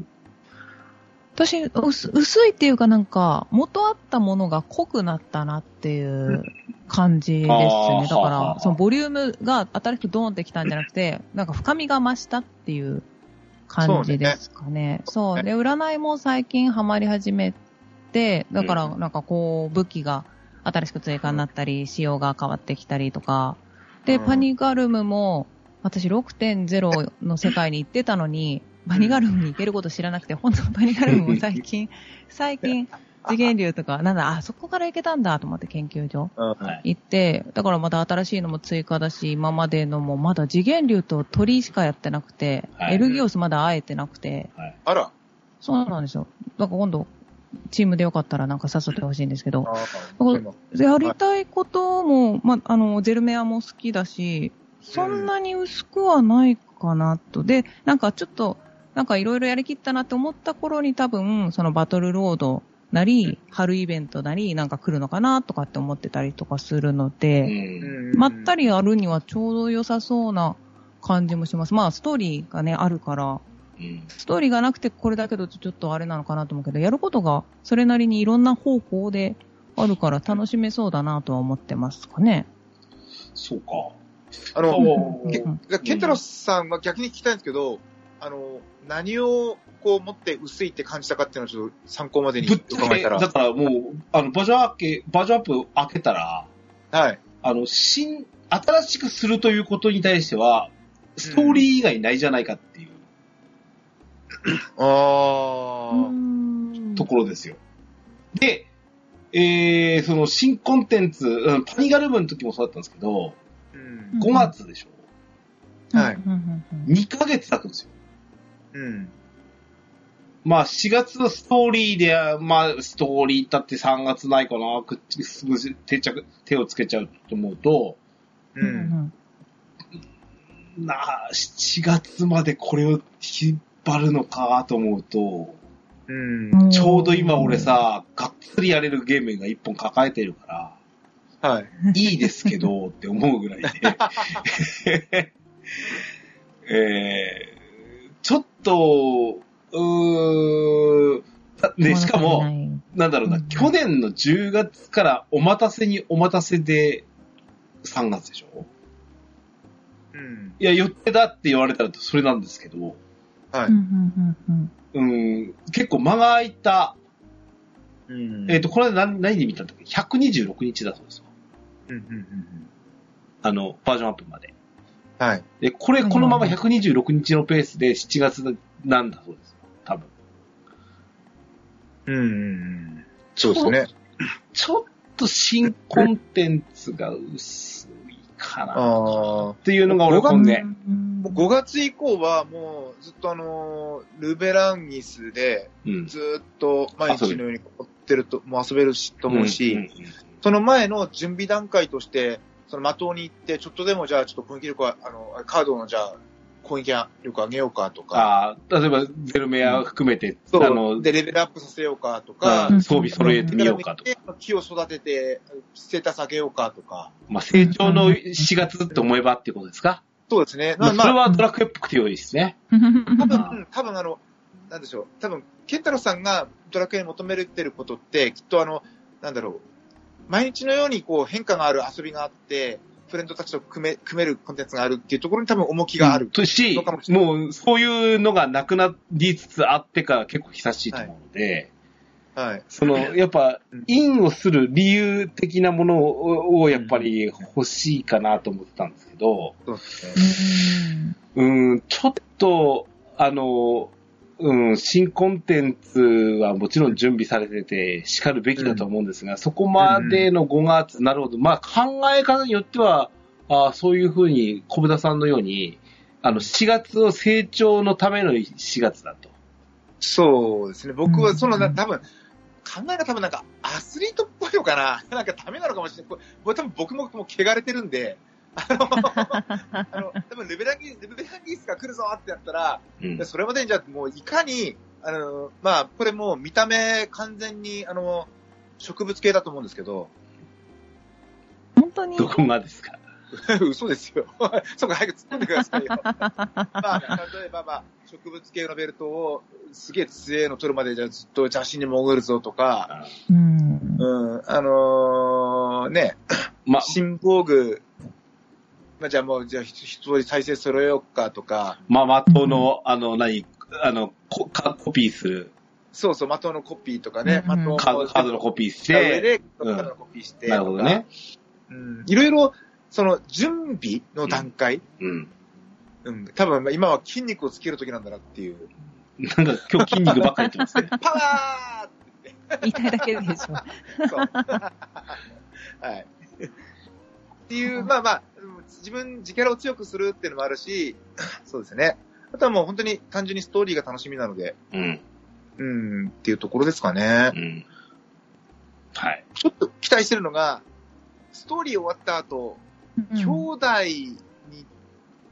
Speaker 2: 私薄、薄いっていうかなんか、元あったものが濃くなったなっていう感じです
Speaker 1: あ
Speaker 2: ね。
Speaker 1: ー
Speaker 2: だ
Speaker 1: はあは
Speaker 2: か
Speaker 1: あ
Speaker 2: ら、そのボリュームが新しくドーンってきたんじゃなくて、なんか深みが増したっていう感じですかね。そう,、
Speaker 3: ね
Speaker 2: で、占いも最近ハマり始めて、だから
Speaker 1: う
Speaker 2: なんかこう、武器が新しく追加になったり、仕様が変わってきたりとか。で、
Speaker 3: うん
Speaker 2: パニガルムも、私6.0の世界に行ってたのに、パニガルムに行けること知らなくて、本当パニガルムも最近、最近、次元流とか、なんだ、あそこから行けたんだと思って研究所
Speaker 3: うん
Speaker 1: はい。
Speaker 2: 行って、だからまた新しいのも追加だし、今までのもまだ次元流と鳥しかやってなくて、
Speaker 1: はい
Speaker 2: エルギオスまだ会えてなくて、
Speaker 3: あら。
Speaker 2: そうなんですよ。だから今度、チームでよかったらなんか誘ってほしいんですけど、
Speaker 3: あ
Speaker 2: こ
Speaker 3: ー
Speaker 2: やりたいことも、ま、あの、ゼルメアも好きだし、そんなに薄くはないかなと。で、なんかちょっと、なんかいろいろやりきったなって思った頃に多分、そのバトルロードなり、春イベントなり、なんか来るのかなとかって思ってたりとかするの
Speaker 1: う
Speaker 2: で、
Speaker 1: ん。
Speaker 2: まった
Speaker 3: り。
Speaker 2: りやるにはちょうど良さそうな感じもします。まあ、ストーリーがね、あるから、
Speaker 1: うん。
Speaker 2: ストーリーがなくてこれだけどちょっとあれなのかなと思うけど、やることがそれなりにいろんな方法であるから楽しめそうだなとは思ってますかね。
Speaker 1: そうか。
Speaker 3: あの、
Speaker 1: そう
Speaker 2: うん
Speaker 3: じゃあケンタロスさんは逆に聞きたいんですけど、あの、何をこう持って薄いって感じたかっていうのをちょっと参考までに
Speaker 1: ぶっちゃ
Speaker 3: 伺え
Speaker 1: け、
Speaker 3: た
Speaker 1: だ
Speaker 3: ら。
Speaker 1: からもう、あの、バージョン開け、バージョンアップ開けたら、
Speaker 3: はい。
Speaker 1: あの、新、新しくするということに対しては、ストーリー以外ないじゃないかっていう
Speaker 3: あー。
Speaker 1: ところですよ。で、えー、その新コンテンツ、うんパニガルムの時もそうだったんですけど、
Speaker 3: うん。
Speaker 1: 5月でしょ。
Speaker 3: はい
Speaker 2: うんうんうん
Speaker 1: 2ヶ月経くんですよ。
Speaker 3: うん。
Speaker 1: まあ、4月のストーリーで、まあ、ストーリーだって3月ないかな、くっつすぐ定着、手をつけちゃうと思うと、
Speaker 2: う
Speaker 3: うん。
Speaker 2: うんん
Speaker 1: なあ、7月までこれを引っ張るのかと思うと、
Speaker 3: うん。
Speaker 2: ん
Speaker 1: ちょうど今俺、さ、がっつりやれるゲームが1本抱えてるから、
Speaker 3: はい。
Speaker 1: いいですけどって思うぐらいで。 えー、ちょっと、うーん、で、しかも、なんだろうな、
Speaker 2: うん
Speaker 1: 去年の10月からお待たせにお待たせで3月でしょ
Speaker 3: うん。
Speaker 1: いや、予定だって言われたらそれなんですけど、
Speaker 3: はい
Speaker 2: うんうんうんうん
Speaker 1: うん、結構間が空いた、
Speaker 3: うん
Speaker 1: えっ、と、これ何何で見たんだっけ ?126 日だそうですよ。
Speaker 3: うんうんうんうん。
Speaker 1: あの、バージョンアップまで。
Speaker 3: はい。
Speaker 1: で、これ、
Speaker 2: うん
Speaker 1: このまま126日のペースで7月なんだそうです。多分。
Speaker 3: うんうんうん。そうですね。
Speaker 1: ちょっと新コンテンツが薄いかなっ
Speaker 3: ああ。
Speaker 1: ていうのが俺本音。
Speaker 2: うん
Speaker 3: もう5月以降はもうずっとあのールベランギスで
Speaker 1: うん。
Speaker 3: ずーっと毎日のように凝ってると、もう遊べるしと思うし、
Speaker 1: んん
Speaker 3: その前の準備段階として、その的に行って、ちょっとでもじゃあちょっと攻撃力は、あの、カードのじゃあ攻撃力上げようかとか、
Speaker 1: ああ、例えばゼルメア含めて、
Speaker 3: そう
Speaker 1: あの、
Speaker 3: で、レベルアップさせようかとか、
Speaker 1: あー装備揃えてみようかとか、
Speaker 3: 木を育てて、ステータス上げようかとか。
Speaker 1: まあ、成長の4月と思えばっていうことですか、
Speaker 3: そうですね。
Speaker 1: まあ、
Speaker 3: ま
Speaker 1: それ
Speaker 3: あ、
Speaker 1: はドラクエっぽくて良いですね。
Speaker 3: 多
Speaker 1: まあ
Speaker 3: 分、多分あの、なんでしょう。多分、ケンタロウさんがドラクエに求めてることって、きっとあの、なんだろう。毎日のようにこう変化がある遊びがあって、フレンドたちと組め、組めるコンテンツがあるっていうところに多分重きがある。
Speaker 1: とし
Speaker 3: そうかも、しれ
Speaker 1: もう、そういうのがなくなりつつあってから結構久しいと思うので、
Speaker 3: はい。
Speaker 1: その、やっぱ
Speaker 3: うん、
Speaker 1: インをする理由的なものを、をやっぱり欲しいかなと思ってたんですけど、
Speaker 3: そうですね。
Speaker 1: うん、ちょっと、あの、うん、新コンテンツはもちろん準備されてて、叱るべきだと思うんですが、そこまでの5月、なるほど。まあ、考え方によっては、あーそういうふうに、小田さんのように、あの、4月を成長のための4月だと。
Speaker 3: そうですね。僕は、その、
Speaker 2: う
Speaker 3: なん多分、考えが多分なんか、アスリートっぽいのかな なんかダメなのかもしれない。これ僕多分僕ももう汚れてるんで、あの、あの多分ルベランギ、ルベランギスが来るぞってやったら、
Speaker 1: うん
Speaker 3: で。それまでにじゃあもういかに、あの、まあ、これもう見た目完全に、あの、植物系だと思うんですけど、
Speaker 2: 本当に
Speaker 1: どこがですか
Speaker 3: 嘘ですよ。 そこ早く突っ込んでくださ いよ。まあ、例えば、まあ、植物系のベルトをすげえ強いの取るまでじゃあずっと邪神に潜るぞとか、
Speaker 2: うん
Speaker 3: うん、あのー、ね、
Speaker 1: まあ、
Speaker 3: 新防具、まあ、じゃあもう、じゃあ、ひひと通り再生揃えようかとか、
Speaker 1: ママ友の、あの、何、あの、コカコピーする、
Speaker 3: そうそう、的のコピーとかね、
Speaker 2: うんうん
Speaker 3: 的を
Speaker 1: カードカードのコピーし
Speaker 3: した上
Speaker 1: て、
Speaker 3: で、カ
Speaker 1: うん
Speaker 3: ードのコピーして、
Speaker 1: なるほどね。
Speaker 3: うん。いろいろ、その、準備の段階、
Speaker 1: うん。
Speaker 3: うん、多分、まあ今は筋肉をつける時なんだなっていう。
Speaker 1: なんか今日筋肉ばっかり言ってますね。
Speaker 3: パワ
Speaker 2: 痛いだけでしょ。
Speaker 3: ーそう。 はい。っていう、まあまあ、うん自分、自キャラを強くするっていうのもあるし、 そうですね。あとはもう本当に単純にストーリーが楽しみなので、
Speaker 1: うん。
Speaker 3: うん、っていうところですかね
Speaker 1: う。ん。はい。
Speaker 3: ちょっと期待してるのが、ストーリー終わった後、兄弟に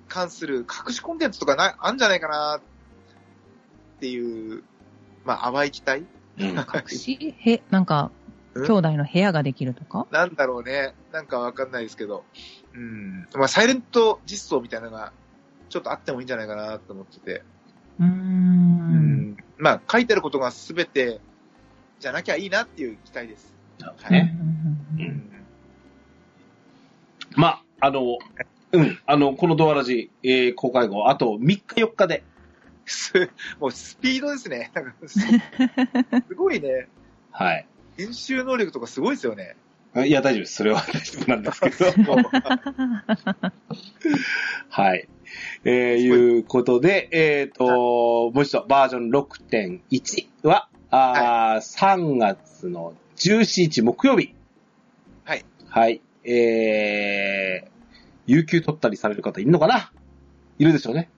Speaker 3: 関する隠しコンテンツとかな、あんじゃないかな、っていう、まあ、淡い期待
Speaker 1: うん。
Speaker 2: 隠しへ、なんか、
Speaker 3: うん
Speaker 2: 兄弟の部屋ができるとか
Speaker 3: なんだろうね。なんかわかんないですけど。うん。まあ、サイレント実装みたいなのが、ちょっとあってもいいんじゃないかな、と思ってて。
Speaker 2: うー。。
Speaker 3: うんまあ、書いてあることが全て、じゃなきゃいいなっていう期待です。
Speaker 1: なるほど
Speaker 3: え
Speaker 1: ね。
Speaker 2: うん
Speaker 1: うんまあ、あの、うん。あの、このドアラジ、えー公開後、あと3日4日で。
Speaker 3: すもうスピードですね。なん かすすごいね。
Speaker 1: はい。
Speaker 3: 練習能力とかすごいですよね。
Speaker 1: いや、大丈夫です。それは大丈夫なんですけ ど。はい。えー、いうことで、えっ、と、もう一度、バージョン6.1は、あー3月の17日木曜日。
Speaker 3: はい。
Speaker 1: はい。えー、有給取ったりされる方いるのかないるでしょうね。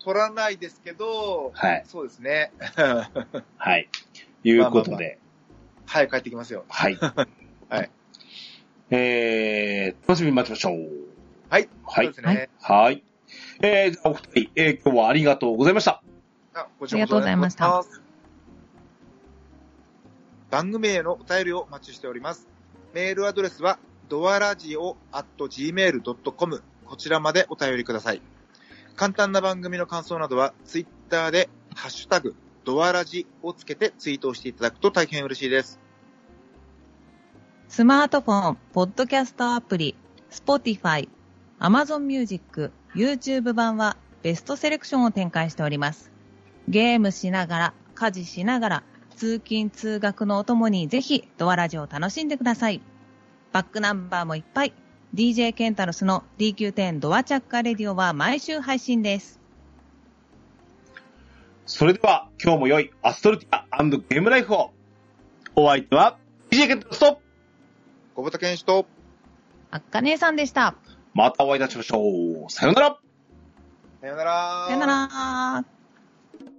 Speaker 3: 取らないですけど、
Speaker 1: はい。
Speaker 3: そうですね。
Speaker 1: はい。いうこと
Speaker 3: まあま
Speaker 1: で、
Speaker 3: 早く帰ってきますよ。
Speaker 1: はい。
Speaker 3: はい。
Speaker 1: えー、楽しみに待ちましょう。
Speaker 3: はい。
Speaker 1: は
Speaker 3: そう
Speaker 1: い
Speaker 3: で。すね。
Speaker 1: はい。えー、じゃあお二人、えー、今日はありがとうございました。
Speaker 3: あこち
Speaker 2: あ
Speaker 3: らこそ
Speaker 2: りがとうございました
Speaker 3: ありがとうございます番組へのお便りをお待ちしております。メールアドレスは、ドアラジオ at gmail.com、ここちらまでお便りください。簡単な番組の感想などは、ツイッターで、ハッシュタグ、ドアラジをつけてツイートをしていただくと大変嬉しいです。
Speaker 2: スマートフォン、ポッドキャストアプリ、Spotify、Amazon Music、YouTube 版はベストセレクションを展開しております。ゲームしながら、家事しながら、通勤通学のお供にぜひドアラジオを楽しんでください。バックナンバーもいっぱい。DJ ケンタロスの DQ10 ドアチャッカレディオは毎週配信です。
Speaker 1: それでは、今日も良いアストルティアゲームライフを。お相手は、DJ ケントスト
Speaker 3: 小畑健志と、
Speaker 2: あっかねえさんでした。
Speaker 1: またお会いいたしましょう。さよなら
Speaker 3: さよなら。
Speaker 2: さよなら。